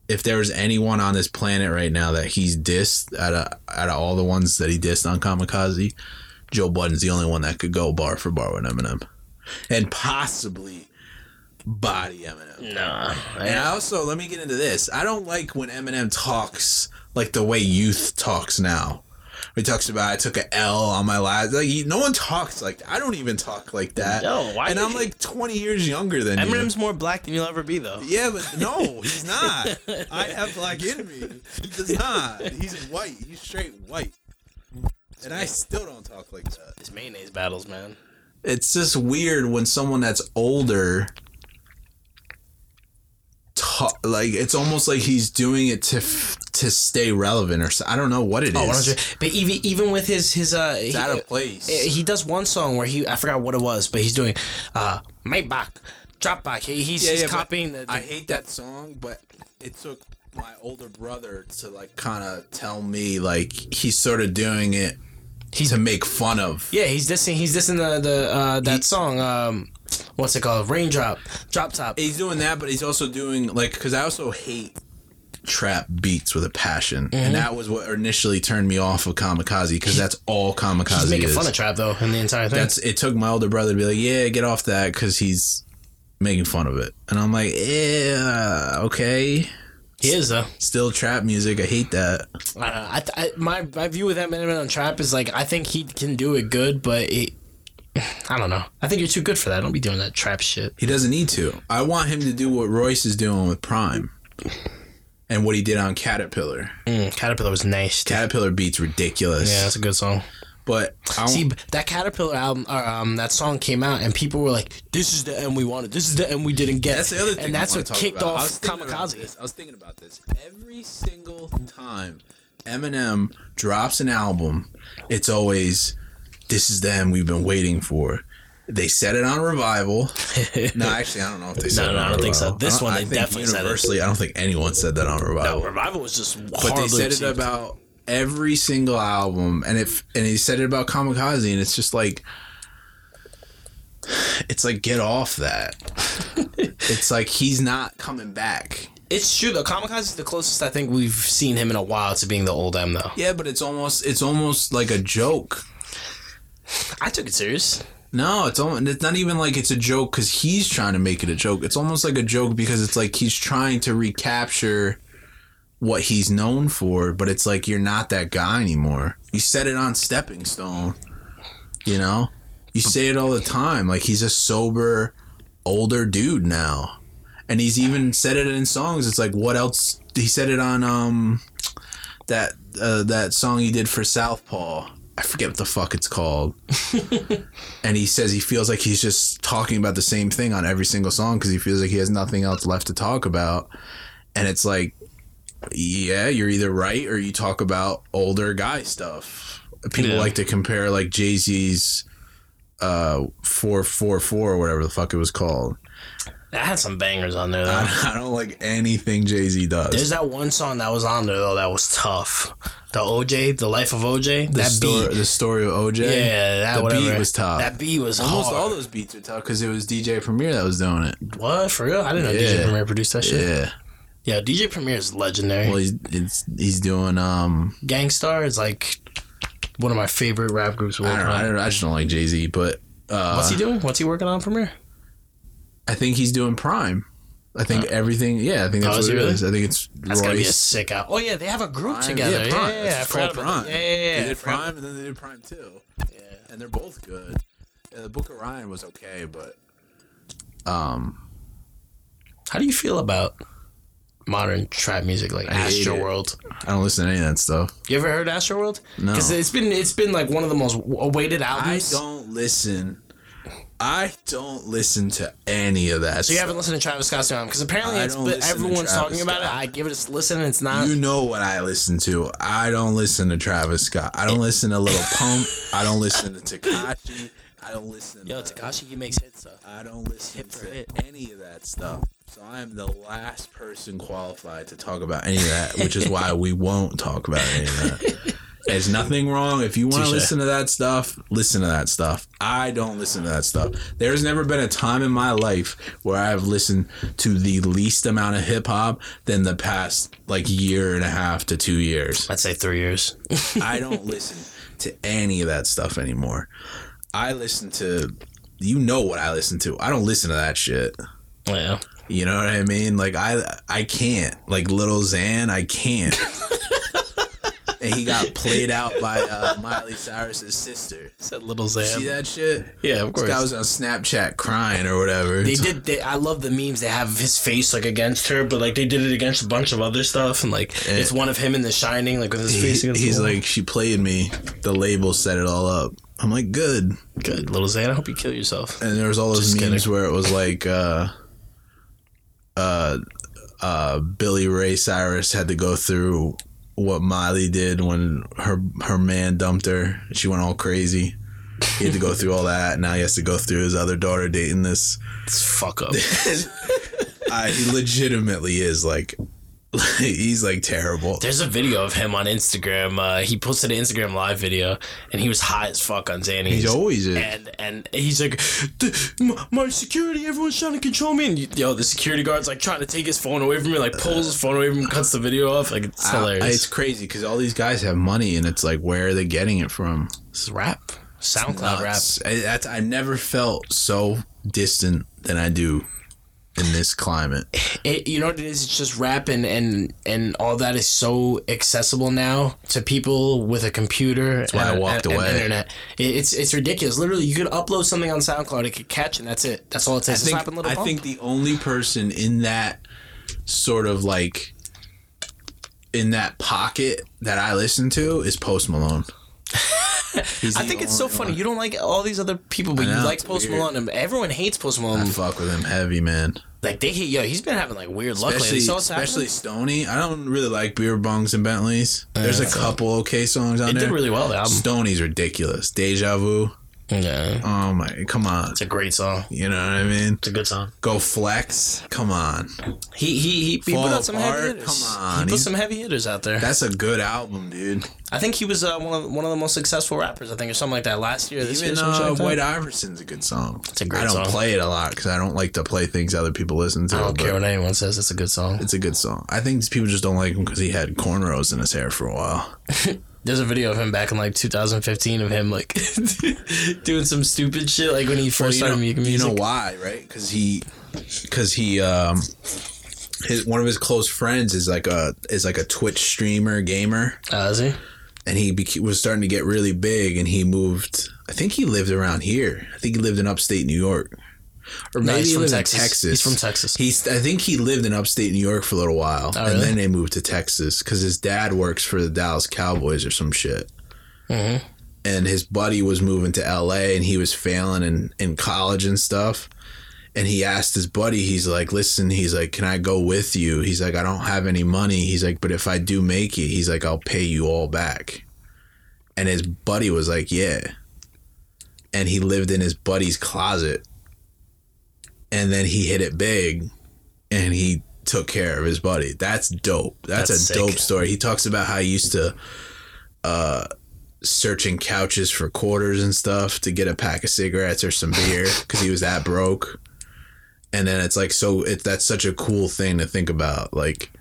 if there was anyone on this planet right now that he's dissed out of out of all the ones that he dissed on Kamikaze, Joe Budden's the only one that could go bar for bar with Eminem, and possibly body Eminem.
Nah.
And
I,
I also let me get into this. I don't like when Eminem talks like the way youth talks now. He talks about I took a L on my last. Like he, no one talks like that. I don't even talk like that.
No, why
And
did
I'm
he-
like 20 years younger than you.
Eminem's more black than you'll ever be, though.
Yeah, but no, he's not. I have black in me. He does not. He's white. He's straight white. And I still don't talk like that.
It's mayonnaise battles, man.
It's just weird when someone that's older talk like it's almost like he's doing it to f- to stay relevant or so. I don't know what it is.
Oh, 100 But even even with his his uh,
it's
he-
out of place.
Eh, he does one song where he I forgot what it was, but he's doing uh Maybach, drop back. He, he's
Yeah,
he's
yeah, but
copying the, the-
I hate that song, but it took my older brother to like kind of tell me like he's sort of doing it
He's-
to make fun of.
yeah he's dissing he's dissing the the uh, that song um what's it called raindrop drop top
he's doing that, but he's also doing like because I also hate trap beats with a passion,
Mm-hmm.
and that was what initially turned me off of Kamikaze because that's all Kamikaze
he's making
is.
fun of trap though in the entire thing.
that's it took my older brother to be like, yeah, get off that because he's making fun of it, and I'm like, yeah, okay,
he is though.
still trap music. I hate that.
I don't know. I, I my my view with Eminem on trap is like I think he can do it good, but it. I don't know. I think you're too good for that. Don't be doing that trap shit.
He doesn't need to. I want him to do what Royce is doing with Prime, and what he did on Caterpillar.
Mm, Caterpillar was nice. Yeah,
Caterpillar beats ridiculous,
that's a good song.
but I don't,
See, b- that Caterpillar album, or, um, that song came out, and people were like, "This is the end we wanted. This is the end we didn't get."
That's the other thing.
and
I
that's
wanna
what
talk
kicked
about. I
off
was thinking about
Kamikaze.
this. I was thinking about this. Every single time Eminem drops an album, it's always this is them we've been waiting for. They said it on Revival. No, actually, I don't know if they said
No,
it
no,
on
I don't think so.
Revival.
This
I don't-
one
I
they
think
definitely said it.
universally, I don't think anyone said that on Revival.
Revival was just
But
horribly
they said it
received.
about every single album, and if and he said it about Kamikaze, and it's just like, it's like get off that. it's like he's not coming back.
It's true though. Kamikaze is the closest I think we've seen him in a while to being the old M though.
Yeah, but it's almost it's almost like a joke.
I took it serious.
No, it's almost, it's not even like it's a joke because he's trying to make it a joke. It's almost like a joke because it's like he's trying to recapture what he's known for, but it's like you're not that guy anymore. You said it on Stepping Stone, you know. You say it all the time. Like he's a sober, older dude now, and he's even said it in songs. It's like what else? He said it on um that uh, that song he did for Southpaw. I forget what the fuck it's called and he says he feels like he's just talking about the same thing on every single song because he feels like he has nothing else left to talk about and it's like yeah you're either right or you talk about older guy stuff people
Yeah.
like to compare like jay-z's uh 444 or whatever the fuck it was called
That had some bangers on there though.
i, I don't like anything jay-z does
There's that one song that was on there though that was tough. The OJ, the life of OJ.
the,
that
story,
beat.
the story of oj
Yeah, that
the
whatever.
beat was tough
That beat was
almost
hard.
all those beats are tough because it was dj premier that was doing it
what for real? I didn't know
Yeah.
DJ Premier produced that shit.
yeah
Yeah, DJ Premier is legendary.
well he's it's, he's doing um
Gangstar is like one of my favorite rap groups. of all
I don't know. I,
time.
don't, I just don't like Jay Z, but uh,
What's he doing? What's he working on Premiere?
I think he's doing Prime. I think everything. Yeah, I think that's
Oh,
what
is
it
he really?
is. I think it's
That's gonna be a
Royce.
sick out. Oh yeah, they have a group
Prime.
together. Yeah,
Prime.
yeah,
It's
I
called
forgot about that.
Prime.
Yeah, yeah, yeah.
They
I
did
forgot-
Prime and then they did Prime too, and they're both good. Yeah, the Book of Ryan was okay, but um,
How do you feel about modern trap music like
hate it.
Astro World?
I don't listen to any of that stuff.
You ever heard Astro World?
No.
because it's been it's been like one of the most awaited
I
albums.
don't listen. I don't listen to any of that.
So you
stuff.
haven't listened to Travis Scott's new album because apparently
I
it's
don't
but
listen to
everyone's
Travis
talking about it.
Scott.
I give it a listen and it's not.
You know what I listen to. I don't listen to Travis Scott. I don't listen to Little Pump. I don't listen to Takashi. I don't listen
Yo,
to
Takashi, he makes hits though.
I don't listen
Hit for
to
hit.
any of that stuff. So I am the last person qualified to talk about any of that, which is why we won't talk about any of that. There's nothing wrong. If you want to
Touche.
listen to that stuff, listen to that stuff. I don't listen to that stuff. There's never been a time in my life where I've listened to the least amount of hip hop than the past like year and a half to two years.
I'd say three years.
I don't listen to any of that stuff anymore. I listen to, you know what I listen to. I don't listen to that shit.
yeah.
You know what I mean? Like I I can't. Like little Xan, I can't. and he got played out by uh, Miley Cyrus's sister.
Said little
See
Zam.
that shit?
Yeah, of
This guy was on Snapchat crying or whatever.
They did. They, I love the memes they have of his face like against her, but like they did it against a bunch of other stuff, and like it's one of him in The Shining, like with his
He-
face. against the
he's
wall.
like, she played me. The label set it all up. I'm like, good.
good little Zan. I hope you kill yourself.
And there was all those
Just
memes where it was like, uh, uh, uh, Billy Ray Cyrus had to go through what Miley did when her her man dumped her. She went all crazy. He had to go through all that. Now he has to go through his other daughter dating this.
It's fuck up.
I, he legitimately is like, he's like terrible.
There's a video of him on Instagram. Uh, he posted an Instagram live video, and he was high as fuck on Xanax.
He's always is.
and and he's like, "D- my, my security, everyone's trying to control me. And yo, the security guard's like trying to take his phone away from me, like pulls his phone away from him, cuts the video off. Like it's
I-
hilarious.
it's crazy because all these guys have money, and it's like, where are they getting it from?
this is rap, SoundCloud rap.
nuts. I, that's I never felt so distant than I do in this climate.
It, you know what it is? It's just rap and, and and all that is so accessible now to people with a computer. That's
why I walked
and,
away.
And internet. It, it's it's ridiculous. Literally, you could upload something on SoundCloud, it could catch, and that's it. That's all it takes. It's
I
slapping
think,
little
I
bump.
think the only person in that sort of like in that pocket that I listen to is Post Malone. He's
I
the
think it's
only
so
one.
funny. You don't like all these other people, but
know,
you like
it's
Post
weird.
Malone. And everyone hates Post
I
Malone.
fuck with him heavy, man.
Like they, hate- yo, he's been having like weird luck lately.
Especially,
So what's happening?
especially Stony. I don't really like beer bongs and Bentleys. There's a couple okay songs on
it
there.
did really well. The album.
Stoney's ridiculous. Deja vu.
Yeah,
Oh my, come on.
it's a great song.
You know what I mean?
It's a good song.
Go flex. Come on.
He he he, he put
Fall
out some heavy
Apart?
hitters.
Come on,
he put
he's-
some heavy hitters out there.
That's a good album, dude.
I think he was uh, one of one of the most successful rappers. I think or something like that last year. This
Even
year, some shit
uh,
like that.
White Iverson's a good song.
It's a great
I don't
song.
play it a lot because I don't like to play things other people listen to.
I don't
but
care what anyone says. It's a good song.
It's a good song. I think these people just don't like him because he had cornrows in his hair for a while.
There's a video of him back in like 2015 of him like doing some stupid shit like when he first
you, know,
started making
you
music.
know why, right? Because he, because he, um, his one of his close friends is like a is like a Twitch streamer gamer.
Uh, is he?
and he beca- was starting to get really big and he moved i think he lived around here i think he lived in upstate new york or
No,
maybe
he's
he
from
lived
Texas.
in texas
He's from Texas.
He's- i think he lived in upstate new york for a little while
Oh,
and
really?
then they moved to texas because his dad works for the dallas cowboys or some shit
Mhm.
and his buddy was moving to la and he was failing in, in college and stuff and he asked his buddy he's like listen he's like can i go with you he's like i don't have any money he's like but if i do make it he's like i'll pay you all back and his buddy was like yeah and he lived in his buddy's closet and then he hit it big and he took care of his buddy that's dope that's,
That's
a
sick.
dope story he talks about how he used to uh searching couches for quarters and stuff to get a pack of cigarettes or some beer because he was that broke. And then it's like so it, that's such a cool thing to think about. Like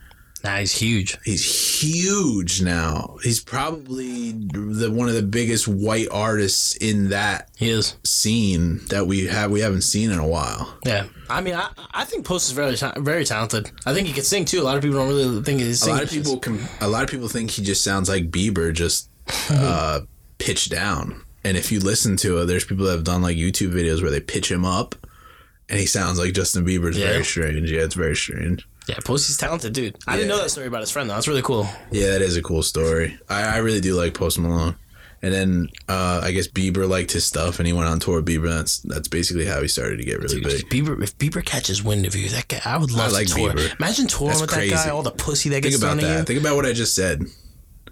Nah, he's huge.
he's huge now. He's probably the one of the biggest white artists in that
He is.
scene that we have we haven't seen in a while.
Yeah. I mean, I, I think Post is very ta- very talented. I think he can sing too. A lot of people don't really think he can
A
sing.
lot of people can a lot of people think he just sounds like Bieber just uh pitched down. And if you listen to it, there's people that have done like YouTube videos where they pitch him up and he sounds like Justin Bieber. It's
Yeah.
very strange. Yeah, it's very strange.
Yeah, Posty's talented, dude. I didn't
Yeah.
know that story about his friend though. That's really cool.
Yeah, that is a cool story. I, I really do like Post Malone. And then uh, I guess Bieber liked his stuff and he went on tour with Bieber. That's that's basically how he started to get really big.
If Bieber, if Bieber catches wind of you, that guy, I would love
like
to tour.
Bieber.
Imagine touring
That's
with
crazy.
that guy, all the pussy
Think
that gets
about
thrown
that.
at you.
Think about what I just said.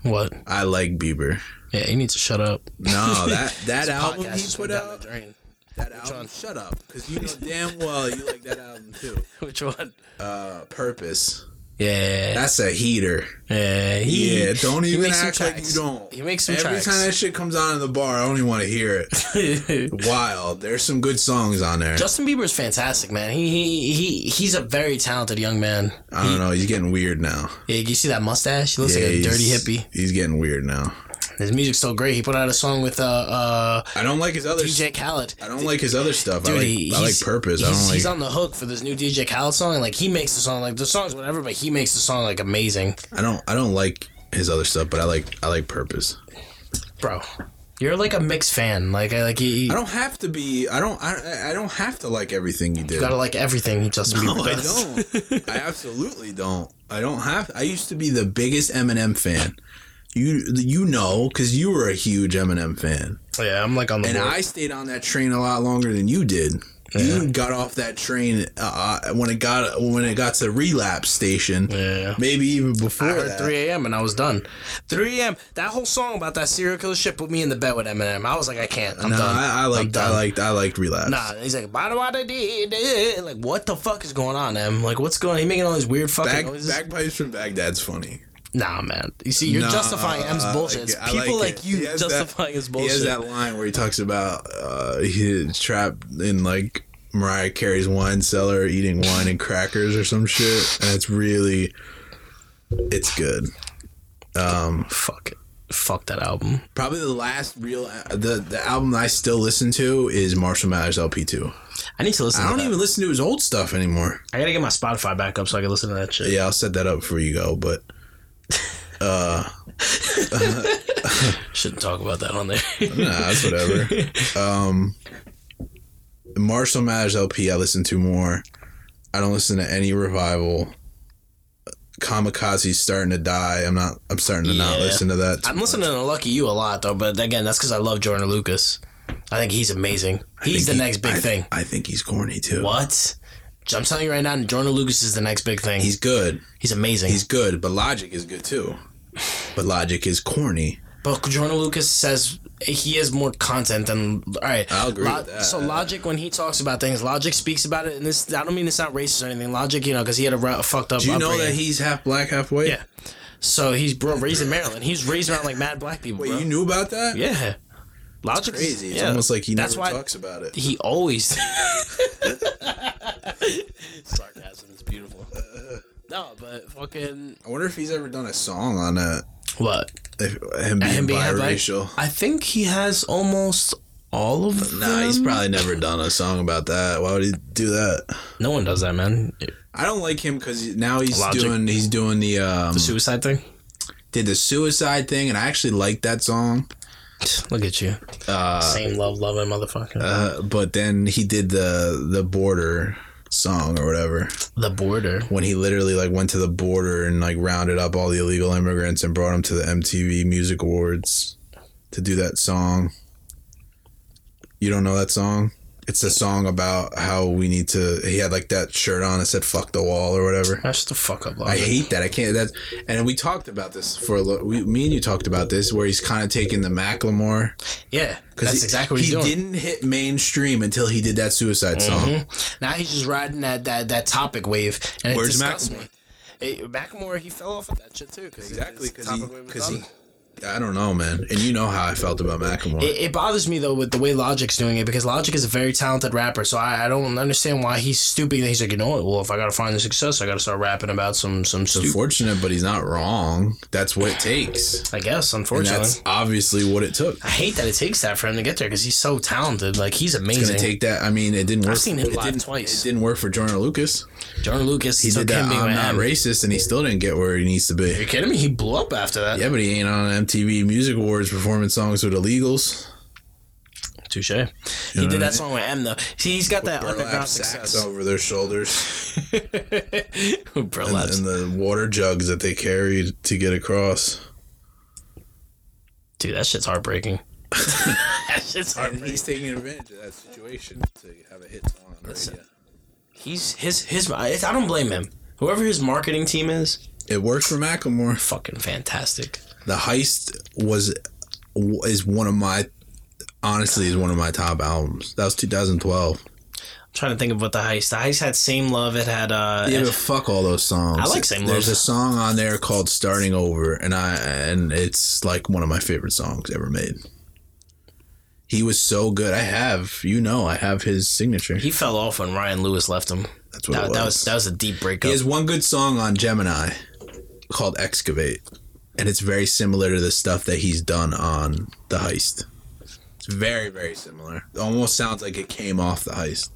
What?
I like Bieber.
Yeah, he needs to shut up.
No, that that album
Podcast
he
just
put
went down
out
the drain.
That album. Shut up, because you know damn well you like that album too.
Which one?
Uh, Purpose.
Yeah.
That's a heater.
Yeah. He,
Yeah, don't
he
even
makes some
act like you
tracks.
don't.
He makes some
Every
tracks.
time that shit comes on in the bar, I don't even want to hear it. Wild. There's some good songs on there.
Justin Bieber is fantastic, man. He, he he he's a very talented young man.
I don't know. He's getting weird now.
Yeah, you see that mustache? He looks
Yeah,
like a
he's-
dirty hippie.
He's getting weird now.
His music's so great. He put out a song with uh uh
I don't like his other.
DJ Khaled.
I don't like his other stuff.
Dude,
I like,
he-
I like
he's-
Purpose. I
He's,
don't like.
he's on the hook for this new DJ Khaled song. and, Like he makes the song like the song's whatever, but he makes the song like amazing,
I don't. I don't like his other stuff, but I like. I like Purpose.
bro. You're like a mixed fan. Like I like you, you
I don't have to be. I don't. I. I don't have to like everything you do.
gotta like everything Justin
No,
Bieber
I
does.
don't. I absolutely don't. I don't have. I used to be the biggest Eminem fan. You you know, because you were a huge Eminem fan,
Yeah, I'm like on the
and
board.
I stayed on that train a lot longer than you did. You got off that train uh, uh, when it got when it got to relapse station.
Yeah.
Maybe even
I
before
heard
that.
3 a.m. and I was done. 3 a.m. That whole song about that serial killer shit put me in the bed with Eminem. I was like, I can't. I'm
no,
done.
I, I liked I liked I liked relapse.
Nah, he's like, "Bada bada dee dee." like, what the fuck is going on, Em? Like, what's going? on? He making all these weird fucking
Bag,
noises.
bagpipes from Baghdad's funny.
Nah, man. You see, you're
Nah,
justifying M's
I
bullshit.
uh, like
It's
it. I
people
like
like,
it.
you
He has that-
justifying his
He
bullshit.
has that line where he talks about uh, his trap in like Mariah Carey's wine cellar eating wine and crackers or some shit. And it's really, it's good.
fuck, fuck that album.
Probably the last real the the album that I still listen to is Marshall Mathers LP two.
I need to listen.
I
to
don't
that.
even listen to his old stuff anymore.
I gotta get my Spotify back up so I can listen to that shit.
Yeah, I'll set that up before you go. But uh,
Shouldn't talk about that on there.
nah, that's whatever. um, Marshall Mathers LP I listen to more. I don't listen to any revival. Kamikaze's starting to die. I'm not. I'm starting to not
Yeah.
listen to that.
I'm listening to Lucky You a lot though, but again, that's because I love Jordan Lucas. I think he's amazing. He's
I think
the
he-
next big
I-
thing.
I think he's corny too.
What? I'm telling you right now, Jordan Lucas is the next big thing. He's
He's good.
he's amazing.
He's good. But Logic is good too. But Logic is corny.
But Jordan Lucas says he has more content than all right.
I'll agree with that.
So Logic, when he talks about things, Logic speaks about it, and this I don't mean to sound racist or anything. Logic, you know, because he had a, ra- a fucked up.
Do you know
upbringing.
that he's half black, half white?
Yeah. So he's bro raised in Maryland. He's raised around like mad black people.
Wait,
bro.
you knew about that?
yeah. Logic
Crazy. It's
yeah.
almost like he
That's
never
why-
talks about it.
he always sarcasm is beautiful. No, but fucking
I wonder if he's ever done a song on that.
what?
If, him being,
Him being half black?
biracial.
I think he has almost all of them.
Nah, he's probably never done a song about that. Why would he do that?
no one does that, man.
I don't like him because now he's
Logic.
doing he's doing the um
suicide thing.
did the suicide thing, and I actually like that song.
Look at you. Same love, loving motherfucker.
Uh, but then he did the the border song or whatever
the border.
when he literally like went to the border and like rounded up all the illegal immigrants and brought them to the MTV Music Awards to do that song. You don't know that song? It's a song about how we need to. He had like that shirt on that said "fuck the wall" or whatever.
That's the fuck up,
I
logic.
hate that. I can't. That's and we talked about this for a little. We, me and you talked about this where he's kind of taking the Macklemore
yeah, that's
he-
exactly what he's
he
doing. Mm-hmm.
didn't hit mainstream until he did that suicide song.
Now he's just riding that that, that topic wave, and it
Where's
disgusts
Macklemore?
me. Hey, Macklemore, he fell off of that shit too. Cause
Exactly,
his
because he,
topic wave was
'cause
done.
he. I don't know, man. And you know how I felt about Macklemore.
It, it bothers me though with the way Logic's doing it because Logic is a very talented rapper, so I, I don't understand why he's stooping. He's like, you know what? Well, if I gotta find the success, I gotta start rapping about some some
it's
stupid.
unfortunate, but he's not wrong. That's what it takes.
I guess,
And
unfortunately,
that's obviously what it took.
I hate that it takes that for him to get there because he's so talented. Like he's
It's gonna
amazing.
take that. I mean, it didn't work.
seen him
it
live
didn't,
twice.
It didn't work for Jordan Lucas.
Jordan Lucas
He
took
did that.
him being
I'm
an
not
M.
racist, and he still didn't get where he needs to be.
You're kidding me? He blew up after that.
Yeah, but he ain't on MTV Music Awards performing songs with illegals.
Touche. he did that song with M though. See, he's got that
Burlap
underground
sacks
success.
over their shoulders
Burlap.
and the water jugs that they carried to get across.
Dude, that shit's heartbreaking. that shit's
And
heartbreaking.
he's taking advantage of that situation to have a hit song on the radio.
He's his his. I I don't blame him. Whoever his marketing team is,
It worked for Macklemore.
fucking fantastic.
The heist was is one of my honestly is one of my top albums. That was 2012.
trying to think of what the heist. The heist had same love. It had uh.
Yeah,
it-
but fuck all those songs.
I like Same
There's
Love.
a song on there called "Starting Over," and I and it's like one of my favorite songs ever made. He was so good. I have, you know, I have his signature.
he fell off when Ryan Lewis left him.
That's what
That,
it
that was that was a deep
He
breakup.
has one good song on Gemini called Excavate, and it's very similar to the stuff that he's done on The Heist. It's very, very similar. It almost sounds like it came off The Heist.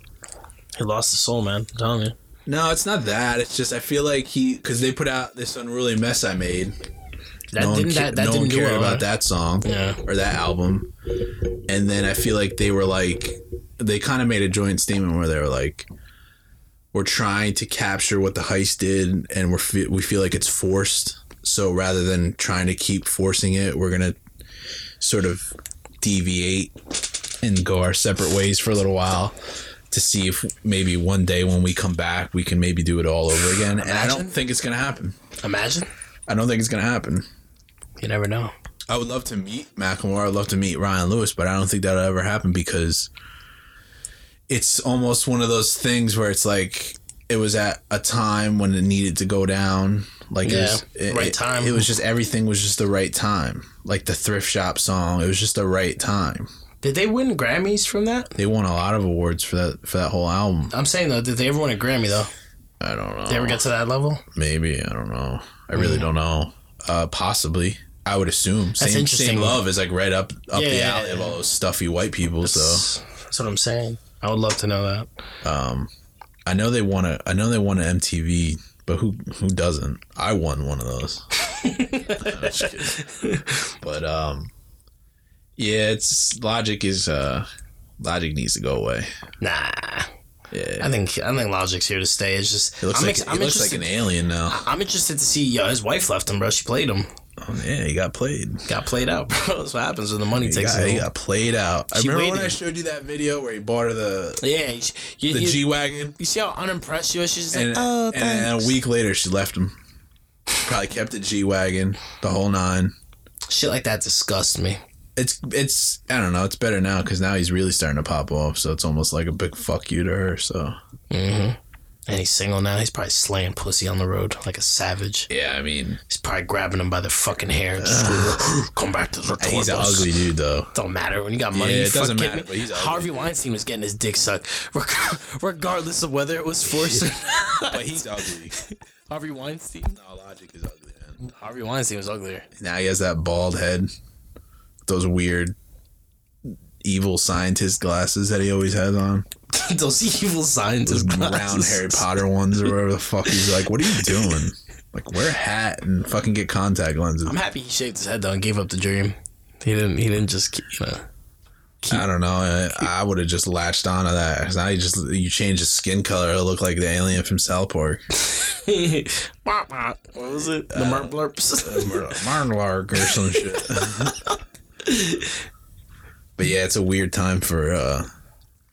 he lost his soul, man. I'm telling you.
No, it's not that. It's just I feel like he because they put out this unruly mess I made.
That
no one,
didn't that,
ca-
that
no
didn't
one
do
cared
well.
about that song
Yeah.
or that album. And then I feel like they were like, they kind of made a joint statement where they were like, we're trying to capture what the heist did, and we're fe- we feel like it's forced. So rather than trying to keep forcing it, we're gonna sort of deviate and go our separate ways for a little while to see if maybe one day when we come back we can maybe do it all over again. And I don't
Imagine.
think it's gonna happen.
Imagine.
I don't think it's gonna happen.
You never know.
I would love to meet Macklemore. I'd love to meet Ryan Lewis, but I don't think that'll ever happen because it's almost one of those things where it's like it was at a time when it needed to go down. Like it
Yeah,
was, it,
right
it-
time.
It, was just everything was just the right time. Like the thrift shop song, it was just the right time.
Did they win Grammys from that?
They won a lot of awards for that for that whole album.
I'm saying though, did they ever win a Grammy though?
I don't know.
They ever get to that level?
Maybe I don't know. I really don't know. Uh, possibly. I would assume same,
interesting.
same love is like right up up the
Yeah.
alley of all those stuffy white people. So
That's, that's what I'm saying. I would love to know that.
Um, I know they want to. I know they want an MTV, but who who doesn't? I won one of those. I'm just kidding. but um, yeah, it's logic is uh, logic needs to go away.
Nah,
Yeah,
I think I think Logic's here to stay. It's just
it looks
I'm,
like
ex-
he
I'm
looks like
interested.
an alien now.
I'm interested to see. Yo, his wife left him, bro. She played him.
Oh, yeah, he got played.
Got played out, bro. That's what happens when the money
He
takes
got,
it.
he got played out. I
She
remember when
waited.
I showed you that video where he bought her the
Yeah, you, you,
the
you-
G wagon,
you see how unimpressed she was? She's just like,
and,
oh,
and, and a
thanks.
week later she left him. Probably kept the G wagon, the whole nine.
Shit like that disgusts me.
it's it's I don't know. It's better now because now he's really starting to pop off. So it's almost like a big fuck you to her. So
Mm-hmm. And he's single now. He's probably slaying pussy on the road like a savage.
yeah, I mean
He's probably grabbing him by the fucking hair. Just, come back to the toy
he's an
box."
ugly dude though.
Don't matter when you got money.
Yeah,
you
it doesn't
fuck
matter,
kid me.
but he's ugly.
Harvey Weinstein was getting his dick sucked, reg- regardless of whether it was forced. or not.
But he's ugly.
Harvey Weinstein.
No logic is ugly. Man.
Harvey Weinstein was uglier.
Now he has that bald head, those weird evil scientist glasses that he always has on,
Those evil
those
scientists.
round Harry Potter ones or whatever the fuck. He's like, what are you doing? Like wear a hat and fucking get contact lenses.
I'm happy he shaved his head though and gave up the dream. He didn't. He didn't just keep, you know.
I don't know. I, I would have just latched onto that. 'Cause Now you just you change his skin color, it'll look like the alien from South Park.
Wah, wah. what was it? The merp blurps.
Marnlark or some shit. but yeah, it's a weird time for uh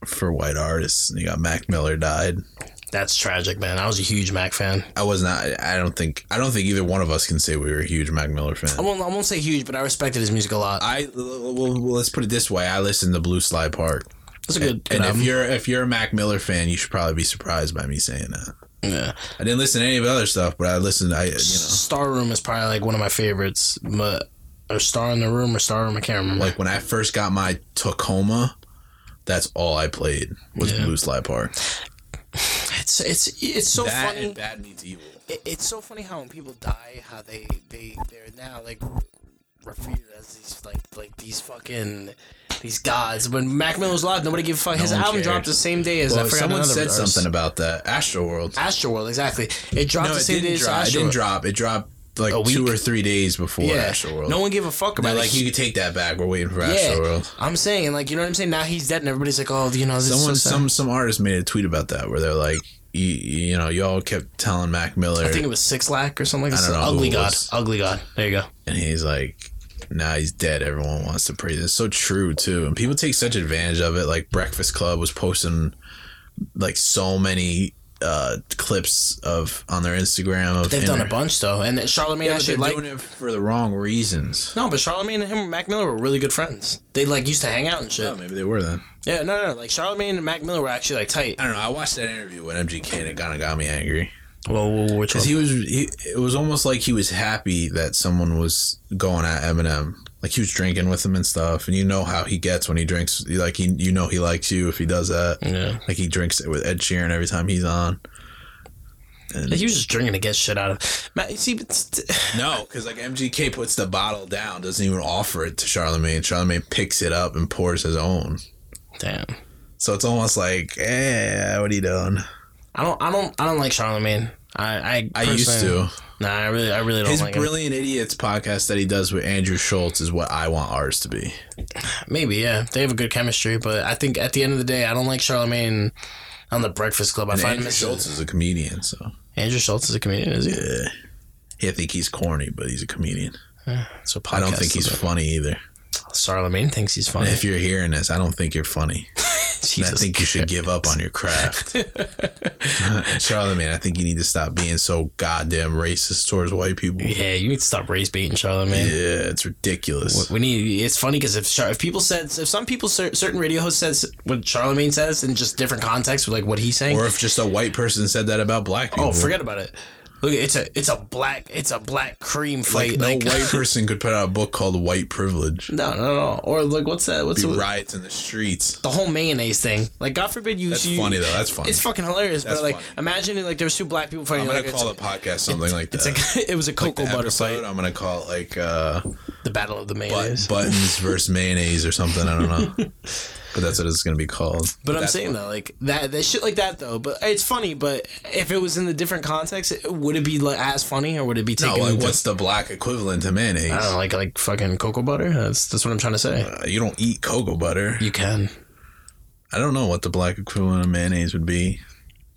for white artists. You got Mac Miller died.
That's tragic, man. I was a huge Mac fan.
I was not. I don't think. I don't think either one of us can say we were a huge Mac Miller
I
fan.
won't. I won't say huge, but I respected his music a lot.
I well, well, let's put it this way. I listened to Blue Slide Park,
It's a good. good
and um,
album.
if you're if you're a Mac Miller fan, you should probably be surprised by me saying that.
yeah.
I didn't listen to any of the other stuff, but I listened. I you know.
Star Room is probably like one of my favorites, but or Star in the Room or Star Room, I can't remember.
like when I first got my Tacoma, that's all I played was
Yeah.
Blue Slide Park.
it's it's it's so funny.
Bad Meets Evil.
It, it's so funny how when people die, how they they they're now like referred as these like like these fucking these gods. When Mac Miller was alive, nobody gave a fuck. His
one
album
cared.
dropped the same day as I
Well,
forgot
someone
another
said
artist.
something about that. Astroworld.
Astroworld, exactly. It dropped
No,
the
it
same day
didn't
as
drop. It
Astroworld.
didn't drop. It dropped like
A
two
week.
or three days before
yeah,
Astroworld.
no one gave a fuck
They're
about
like
it.
you can take that back. We're waiting for
yeah,
Astroworld.
I'm saying, like, you know what I'm saying. Now he's dead, and everybody's like, "Oh, you know, this
Someone,
is so sad.
some, some artist made a tweet about that where they're like, you, you know, y'all kept telling Mac Miller,
I think it was Six Lack or something like
I
that.
don't know who
Ugly
it
God.
was.
Ugly God. There you go.
and he's like, "Now he's dead. Everyone wants to praise." It's so true too, and people take such advantage of it. Like Breakfast Club was posting like so many uh clips of on their Instagram of
They've done a
inter-
bunch though, and Charlemagne
Yeah, but
actually
they're
like.
doing it for the wrong reasons.
No, but Charlemagne and him, and Mac Miller, were really good friends. They like used to hang out and shit.
Oh, maybe they were then.
Yeah, no, no. Like Charlemagne and Mac Miller were actually like tight.
I don't know. I watched that interview with MGK and it kind of got me angry
Well, which
because he was. He, it was almost like he was happy that someone was going at Eminem. Like he was drinking with him and stuff, and you know how he gets when he drinks. Like he, you know, he likes you if he does that.
Yeah.
Like he drinks it with Ed Sheeran every time he's on. And
Like, he was just drinking to get shit out of. Matt, you see, but st-
No, because like MGK puts the bottle down, doesn't even offer it to Charlemagne. Charlemagne picks it up and pours his own.
damn,
So it's almost like, eh, what are you doing?
I don't, I don't, I don't like Charlemagne. I, I,
I used
personally-
to.
Nah, I really, I really don't
His
like him.
Brilliant Idiots podcast that he does with Andrew Schultz is what I want ours to be.
Maybe, yeah, they have a good chemistry, but I think at the end of the day, I don't like Charlemagne on the Breakfast Club. I
And
find
Andrew
him
Schultz is a comedian, so
Andrew Schultz is a comedian, is he?
yeah. I think he's corny, but he's a comedian.
So podcast
I don't think he's funny either.
Charlemagne thinks he's funny.
If you're hearing this, I don't think you're funny. And I
Jesus.
think you should give up on your craft. Charlemagne, I think you need to stop being so goddamn racist towards white people.
yeah, you need to stop race baiting Charlemagne.
Yeah, it's ridiculous.
We need. It's funny because if Char- if people said if some people cer- certain radio hosts says what Charlemagne says in just different context with like what he's saying.
Or if just a white person said that about black people.
oh, forget about it. Look, it's a it's a black it's a black cream
like,
fight.
no
Like,
white person could put out a book called White Privilege.
no, no, no. Or look, what's that? What's
Be
the,
riots in the streets.
the whole mayonnaise thing? Like, God forbid you.
That's
you-
funny though. That's funny.
It's fucking hilarious.
That's
but like,
funny.
imagine like there was two black people fighting.
I'm gonna
like,
call the podcast something like that.
it's, it's like it was a cocoa
The
butter
episode,
fight.
I'm gonna call it like uh,
The battle of the mayonnaise.
but, buttons versus mayonnaise or something. I don't know, but that's what it's gonna be called.
But I'm
That's
saying though, like that, that shit like that though. But it's funny. But if it was in the different context, it- would it be like as funny, or would it be
no,
taken?
Oh, like
into-
what's the black equivalent to mayonnaise?
I don't know, like like fucking cocoa butter. That's that's what I'm trying to say.
Uh, you don't eat cocoa butter.
You can.
I don't know what the black equivalent of mayonnaise would be.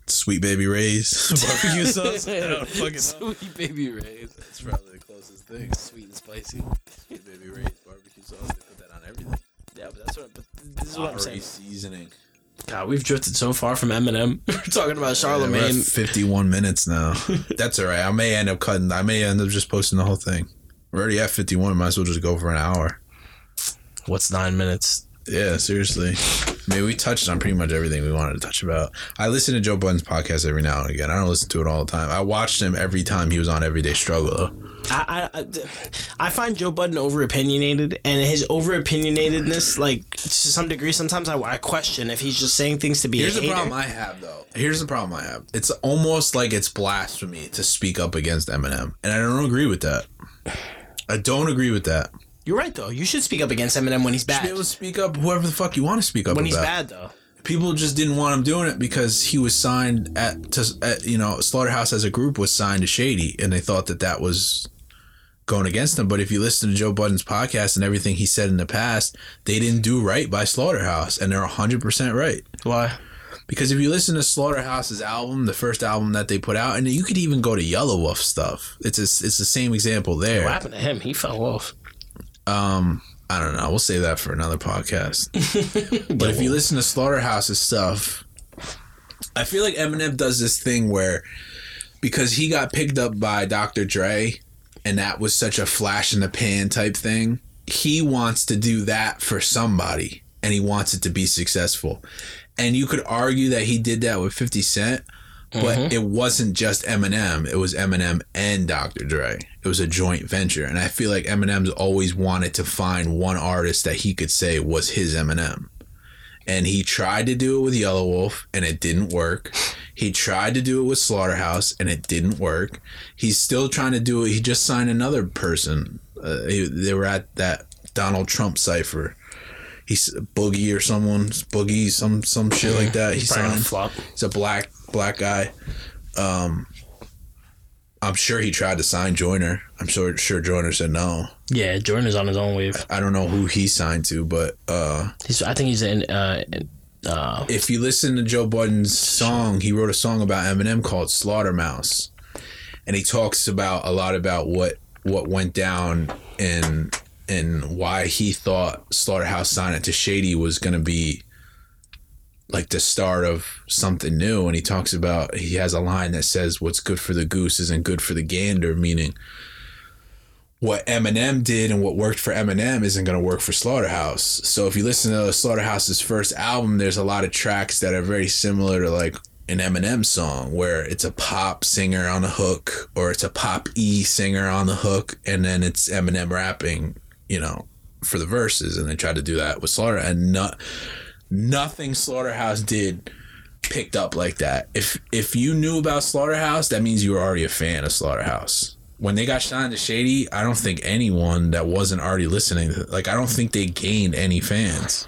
Sweet baby Ray's barbecue sauce. I don't fucking know.
Sweet baby Ray's,
It's probably the closest thing.
sweet and spicy.
Sweet baby Ray's barbecue sauce. They put that on everything.
Yeah, but that's what. But this is what I'm saying.
seasoning.
God, we've drifted so far from Eminem. We're talking about
we're at
Charlemagne.
51 minutes now. That's all right. I may end up cutting. I may end up just posting the whole thing. We're already at 51. Might as well just go for an hour.
What's nine minutes?
Yeah, seriously. I mean, we touched on pretty much everything we wanted to touch about. I listen to Joe Budden's podcast every now and again. I don't listen to it all the time. I watched him every time he was on Everyday Struggle. though.
I, I, I- I find Joe Budden over opinionated, and his over opinionatedness, like to some degree, sometimes I, I question if he's just saying things to be
Here's
a
the
hater.
problem I have, though. Here's the problem I have. It's almost like it's blasphemy to speak up against Eminem, and I don't agree with that. I don't agree with that.
You're right though. You should speak up against Eminem when he's
Be
bad.
able to speak up whoever the fuck you want to speak up
When
about.
he's bad though.
people just didn't want him doing it because he was signed at to at, you know Slaughterhouse as a group was signed to Shady, and they thought that that was going against them. But if you listen to Joe Budden's podcast and everything he said in the past, they didn't do right by Slaughterhouse, and they're hundred percent right.
Why?
Because if you listen to Slaughterhouse's album, the first album that they put out, and you could even go to Yellow Wolf stuff, it's a, it's the same example there.
What happened to him? He fell off.
Um, I don't know. We'll save that for another podcast. but if you listen to Slaughterhouse's stuff, I feel like Eminem does this thing where because he got picked up by Dr. Dre and that was such a flash in the pan type thing, he wants to do that for somebody and he wants it to be successful. And you could argue that he did that with 50 Cent, but it wasn't just Eminem. It was Eminem and Dr. Dre. It was a joint venture. And I feel like Eminem's always wanted to find one artist that he could say was his Eminem. And he tried to do it with Yellow Wolf and it didn't work. He tried to do it with Slaughterhouse and it didn't work. He's still trying to do it. He just signed another person. Uh, he- they were at that Donald Trump cipher. He's Boogie or someone, Boogie, some some shit like that. He
Probably gonna
signed.
flop.
He's a black black guy. Um, I'm sure he tried to sign Joyner. I'm sure sure Joyner said no.
Yeah, Jordan is on his own wave.
I don't know who he signed to, but uh,
He's. I think he's in. Uh, uh,
if you listen to Joe Budden's song, he wrote a song about Eminem called Slaughter Mouse, and he talks about a lot about what what went down and and why he thought Slaughterhouse signed it to Shady was going to be like the start of something new and he talks about he has a line that says what's good for the goose isn't good for the gander meaning what Eminem did and what worked for Eminem isn't going to work for Slaughterhouse. So if you listen to Slaughterhouse's first album, there's a lot of tracks that are very similar to like an Eminem song where it's a pop singer on the hook or it's a pop E singer on the hook and then it's Eminem rapping, you know, for the verses and they tried to do that with Slaughter and not nothing Slaughterhouse did picked up like that. If if you knew about Slaughterhouse, that means you were already a fan of Slaughterhouse. When they got signed to Shady, I don't think anyone that wasn't already listening, like I don't think they gained any fans.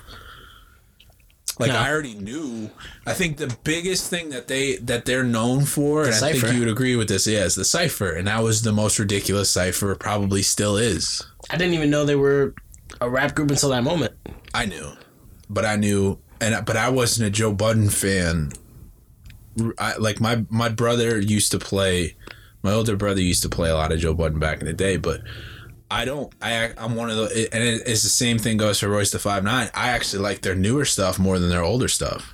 Like
No.
I already knew. I think the biggest thing that they that they're known for, and I
cipher.
think you would agree with this, yeah, is the cipher, and that was the most ridiculous cipher. Probably still is.
I didn't even know they were a rap group until that moment.
I knew, but I knew, and I- but I wasn't a Joe Budden fan. R- I, like my my brother used to play, my older brother used to play a lot of Joe Budden back in the day, but I don't. I I'm one of the, and it, it's the same thing goes for Royce the Five Nine. I actually like their newer stuff more than their older stuff.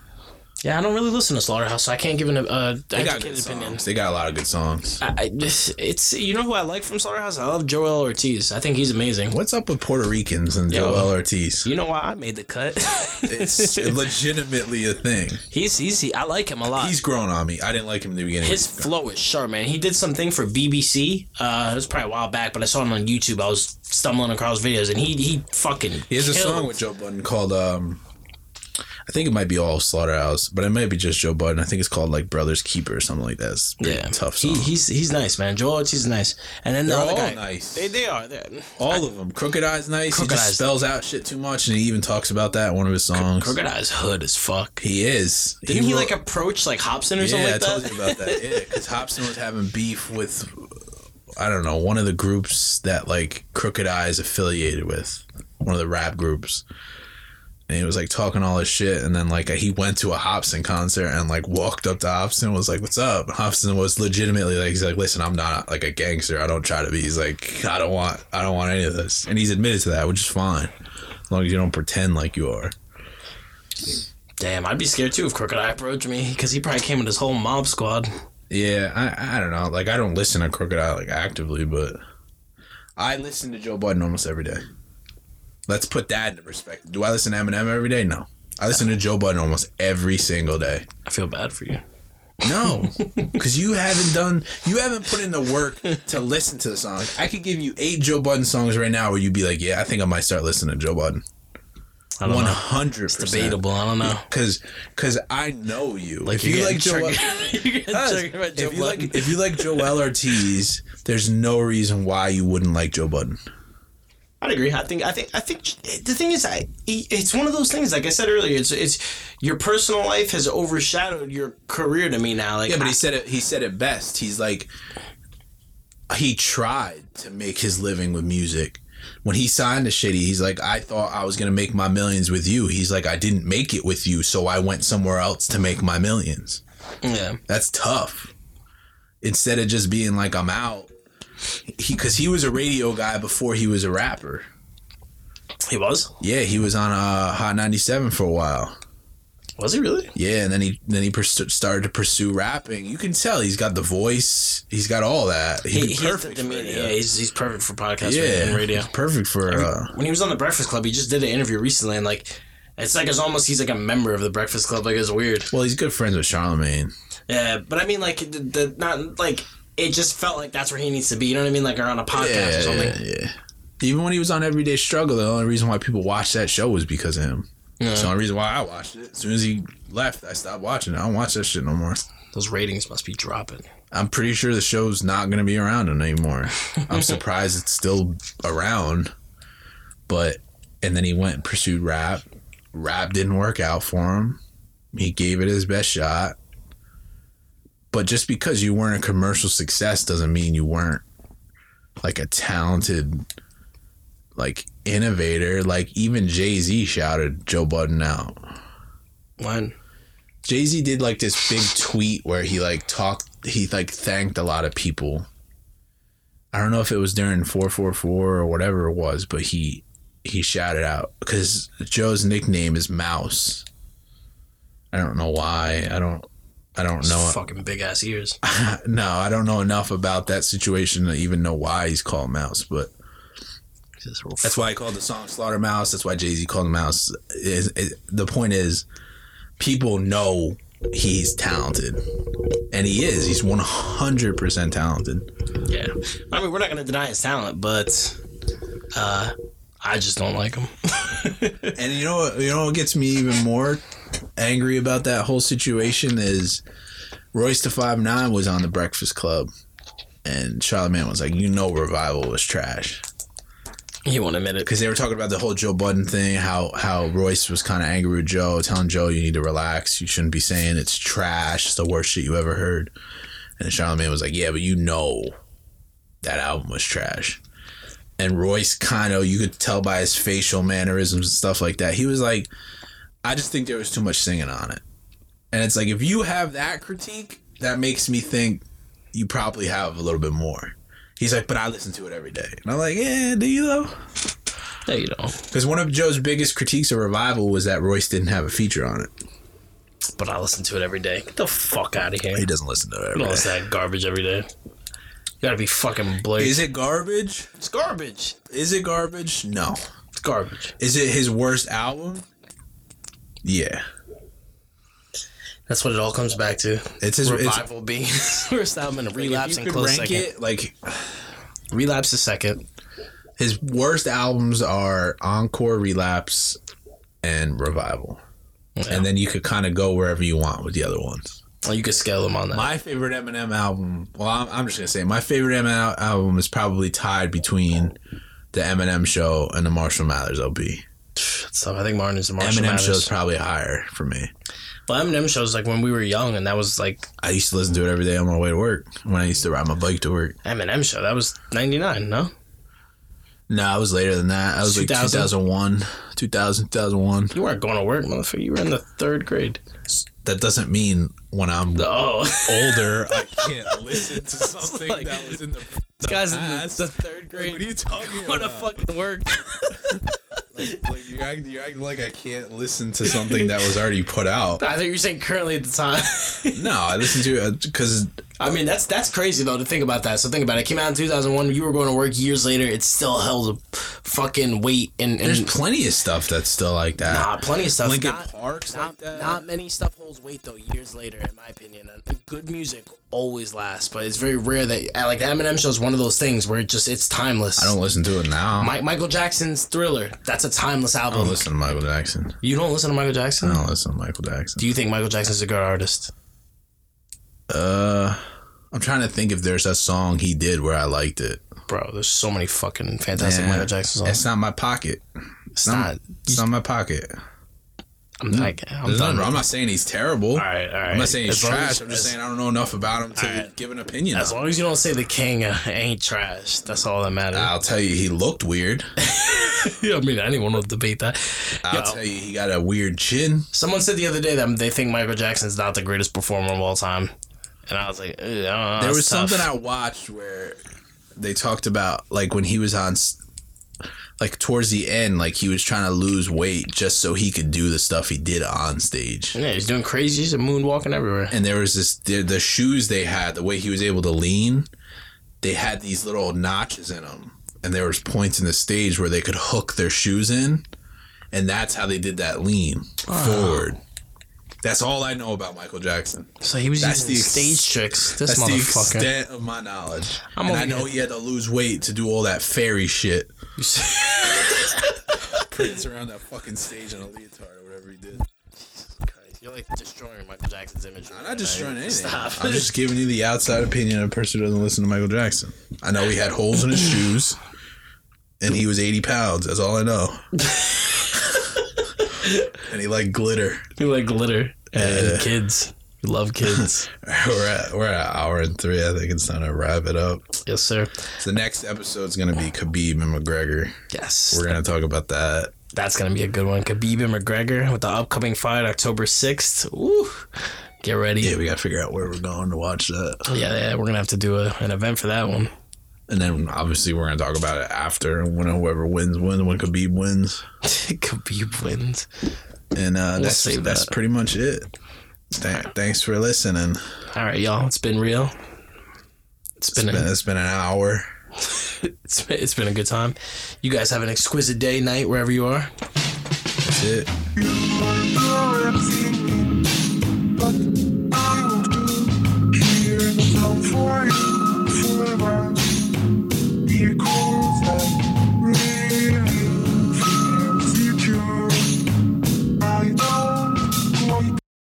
Yeah, I don't really listen to Slaughterhouse, so I can't give an uh,
They got good
educated opinion.
songs. They got a lot of good songs.
I, I just, it's you know who I like from Slaughterhouse. I love Joel Ortiz. I think he's amazing.
What's up with Puerto Ricans and
Yo.
Joel Ortiz?
You know why I made the cut?
It's legitimately a thing.
he's he's he, I like him a lot.
He's grown on me. I didn't like him in the beginning.
his flow is sharp, man. He did something for BBC. Uh, it was probably a while back, but I saw him on YouTube. I was stumbling across videos, and he he fucking
He has a
killed.
song with Joe Budden called um I think it might be all of Slaughterhouse, but it might be just Joe Budden. I think it's called like Brothers Keeper or something like that. It's a pretty
Yeah,
tough song.
He, he's he's nice, man. Joel Ortiz is nice, and then the
They're
other
all
guy,
nice.
They they are. They're,
all of them. Crooked Eyes Nice.
Crooked
he just
Eyes.
spells out shit too much, and he even talks about that in one of his songs.
Crooked Eyes hood as fuck.
he is.
Didn't he, like
wrote-
approach like Hobson or
yeah?
something like
I
that?
told you about that. Yeah, because Hobson was having beef with I don't know one of the groups that like Crooked Eyes affiliated with, one of the rap groups. And he was like talking all his shit, and then like he went to a Hobson concert and like walked up to Hobson, and was like, "What's up?" Hobson was legitimately like, "He's like, listen, I'm not like a gangster. I don't try to be." He's like, "I don't want, I don't want any of this," and he's admitted to that, which is fine, as long as you don't pretend like you are.
Damn, I'd be scared too if Crooked Eye approached me because he probably came with his whole mob squad.
Yeah, I I don't know. Like I don't listen to Crooked Eye like actively, but I listen to Joe Budden almost every day. Let's put that into perspective. Do I listen to Eminem every day? No. I listen to Joe Budden almost every single day.
I feel bad for you.
No, because you haven't done, you haven't put in the work to listen to the song. I could give you eight Joe Budden songs right now where you'd be like, yeah, I think I might start listening to Joe Budden.
I don't
One
know.
hundred
It's
percent.
debatable. I don't know.
Because, because I know you. Like if
You're
you
getting
like Joe Budden.
triggered- You're getting
Us.
triggered by Joe
if you like
Budden.
if you like Joel Ortiz, there's no reason why you wouldn't like Joe Budden.
I'd agree. I think I think I think the thing is, I it's one of those things. Like I said earlier, it's it's your personal life has overshadowed your career to me now. Like
Yeah, but
I-
he said it. He said it best. He's like, he tried to make his living with music. When he signed to Shitty, he's like, I thought I was gonna make my millions with you. He's like, I didn't make it with you, so I went somewhere else to make my millions.
yeah.
That's tough. Instead of just being like, I'm out. He, because he was a radio guy before he was a rapper.
He was.
Yeah, he was on uh, Hot 97 for a while.
Was he really?
Yeah, and then he then he pers- started to pursue rapping. You can tell he's got the voice, he's got all that. He'd
He,
be
he has the
for
demeanor.
radio.
Yeah, he's, he's perfect for podcast
yeah,
and radio.
he's perfect for. Uh,
When he was on the Breakfast Club, he just did an interview recently, and like. It's like it's almost he's like a member of the Breakfast Club. Like it's weird.
well, he's good friends with Charlemagne.
Yeah, but I mean, like the, the not like it just felt like that's where he needs to be. You know what I mean? Like or on a podcast or
Yeah,
something.
yeah, yeah. Even when he was on Everyday Struggle, the only reason why people watched that show was because of him.
Yeah.
It's the only reason why I watched it. As soon as he left, I stopped watching. it. I don't watch that shit no more.
Those ratings must be dropping.
I'm pretty sure the show's not going to be around anymore. I'm surprised it's still around. But and then he went and pursued rap. Rap didn't work out for him. He gave it his best shot. But just because you weren't a commercial success doesn't mean you weren't like a talented like innovator. Like even Jay-Z shouted Joe Budden out.
When
Jay Z did like this big tweet where he like talked, he like thanked a lot of people. I don't know if it was during 444 or whatever it was, but he he shouted out because Joe's nickname is Mouse. I don't know why. I don't. I don't know.
fucking big ass ears.
no, I don't know enough about that situation to even know why he's called Mouse. But
Just real
That's why I called the song Slaughter Mouse. That's why Jay Z called him Mouse. Is- is- the point is, people know he's talented, and he is. He's one hundred percent talented.
Yeah. I mean, we're not going to deny his talent, but uh, I just don't like him.
And you know what? You know what gets me even more angry about that whole situation is Royce to Five Nine was on the Breakfast Club, and Charlamagne was like, "You know, Revival was trash."
he won't admit it.
because they were talking about the whole Joe Budden thing, how how Royce was kind of angry with Joe, telling Joe you need to relax, you shouldn't be saying it's trash, it's the worst shit you ever heard. And Charlamagne was like, yeah, but you know, that album was trash. And Royce kind of, you could tell by his facial mannerisms and stuff like that. He was like, I just think there was too much singing on it. And it's like if you have that critique, that makes me think you probably have a little bit more. He's like, but I listen to it every day. And I'm like, yeah, do you though?
No, you don't.
Because one of Joe's biggest critiques of Revival was that Royce didn't have a feature on it.
But I listen to it every day. Get the fuck out of here.
He doesn't listen to it.
I
Every
don't
day.
listen to that garbage every day. You gotta be fucking blazed.
Is it garbage?
It's garbage.
Is it garbage? No.
It's garbage.
Is it his worst album? Yeah.
That's what it all comes back to.
It's his. It's,
Revival being first album and
if
relapse
you
and
could
close
rank
second.
it, like
Relapse is second.
his worst albums are Encore, Relapse, and Revival, and then you could kind of go wherever you want with the other ones.
Oh, you could scale them on that.
My favorite Eminem album. Well, I'm, I'm just gonna say my favorite Eminem album is probably tied between the Eminem Show and the Marshall Mathers LP.
stuff. I think Martin is the Marshall
Eminem
Mathers.
show's probably higher for me.
Well, Eminem shows like when we were young, and that was like
I used to listen to it every day on my way to work when I used to ride my bike to work.
Eminem show. That was '99. No,
No, I was later than that. I was like
2000?
2001, 2000, 2001.
you weren't going to work, motherfucker. You were in the third grade.
That doesn't mean when I'm
Oh,
older, I can't listen to something
like-
that was in the.
this guy's in the,
Ass.
Ah, the
Like,
third
what are
grade.
you talking
What a
about?
fucking work.
Like, you're, acting, you're acting like I can't listen to something that was already put out.
I thought you were saying currently at the time.
No, I listened to uh, it because
I mean, that's that's crazy though to think about that. So think about it. it came out in 2001. You were going to work years later. It still held a fucking weight and,
there's
and
plenty of stuff that's still like that.
Mm. nah, Ah, plenty of stuff.
Linkin
Not-
Park's
not,
like that.
not many stuff holds weight though. Years later, in my opinion, and good music always lasts, but it's very rare that I- like the Eminem show is one of those things where it just it's timeless.
I don't listen to it now. I
Mi- Michael Jackson's Thriller. That's a timeless
don't
album.
listen to Michael Jackson.
you don't listen to Michael Jackson.
I don't listen to Michael Jackson.
Do you think Michael Jackson's a good artist?
Uh, I'm trying to think if there's a song he did where I liked it.
Bro, there's so many fucking fantastic
Yeah.
Michael Jackson songs.
It's not my pocket.
It's not.
It's not my pocket.
I'm, like, I'm
There's
done.
nothing wrong- I'm not saying he's terrible.
All right, all right.
I'm not saying he's
As long
trash.
as-
I'm just
as-
saying I don't know enough about him to
Alright.
give an opinion.
As
on.
long as you don't say the king uh, ain't trash, that's all that matters.
I'll tell you, he looked weird.
Yeah, I mean, anyone will debate that.
I'll
Yo.
tell you, he got a weird chin.
Someone said the other day that they think Michael Jackson's not the greatest performer of all time, and I was like, "Ew, I don't know.
There was something I watched where they talked about like when he was on, s- like towards the end, like he was trying to lose weight just so he could do the stuff he did on stage.
yeah, he's doing crazy. He's moonwalking everywhere.
and there was this the, the shoes they had the way he was able to lean they had these little notches in them and there was points in the stage where they could hook their shoes in and that's how they did that lean forward that's all i know about michael jackson
So he was
That's
using
the ex-
stage tricks. This
that's the
motherfucker.
extent of my knowledge
I'm
and
over
i know
here-
he had to lose weight to do all that fairy shit prince around that fucking stage in a leotard or whatever he did
You're like destroying Michael Jackson's image.
I'm not destroying anything.
Stop.
I'm just giving you the outside opinion of a person who doesn't listen to Michael Jackson. I know he had holes in his shoes, and he was 80 pounds. That's all I know. and he liked glitter.
You like glitter and kids. You love kids.
We're at we're at hour and three. I think it's time to wrap it up.
yes, sir.
The next episode's gonna be Khabib and McGregor.
Yes.
We're gonna talk about that.
That's gonna be a good one. Khabib and McGregor with the upcoming fight, October sixth. Ooh, get ready.
Yeah,
Yeah.
we gotta figure out where we're going to watch that,
yeah, we're gonna have to do a, an event for that one.
and then obviously we're gonna talk about it after when whoever wins wins when Khabib wins.
Khabib wins.
And uh, that's
save
that's
that. pretty
pretty much it. thanks for listening.
All right, y'all. It's been real. It's been,
It's been, an hour.
a, It's been, it's been a good time. You guys have an exquisite day, night, wherever you are.
That's it.
Here and come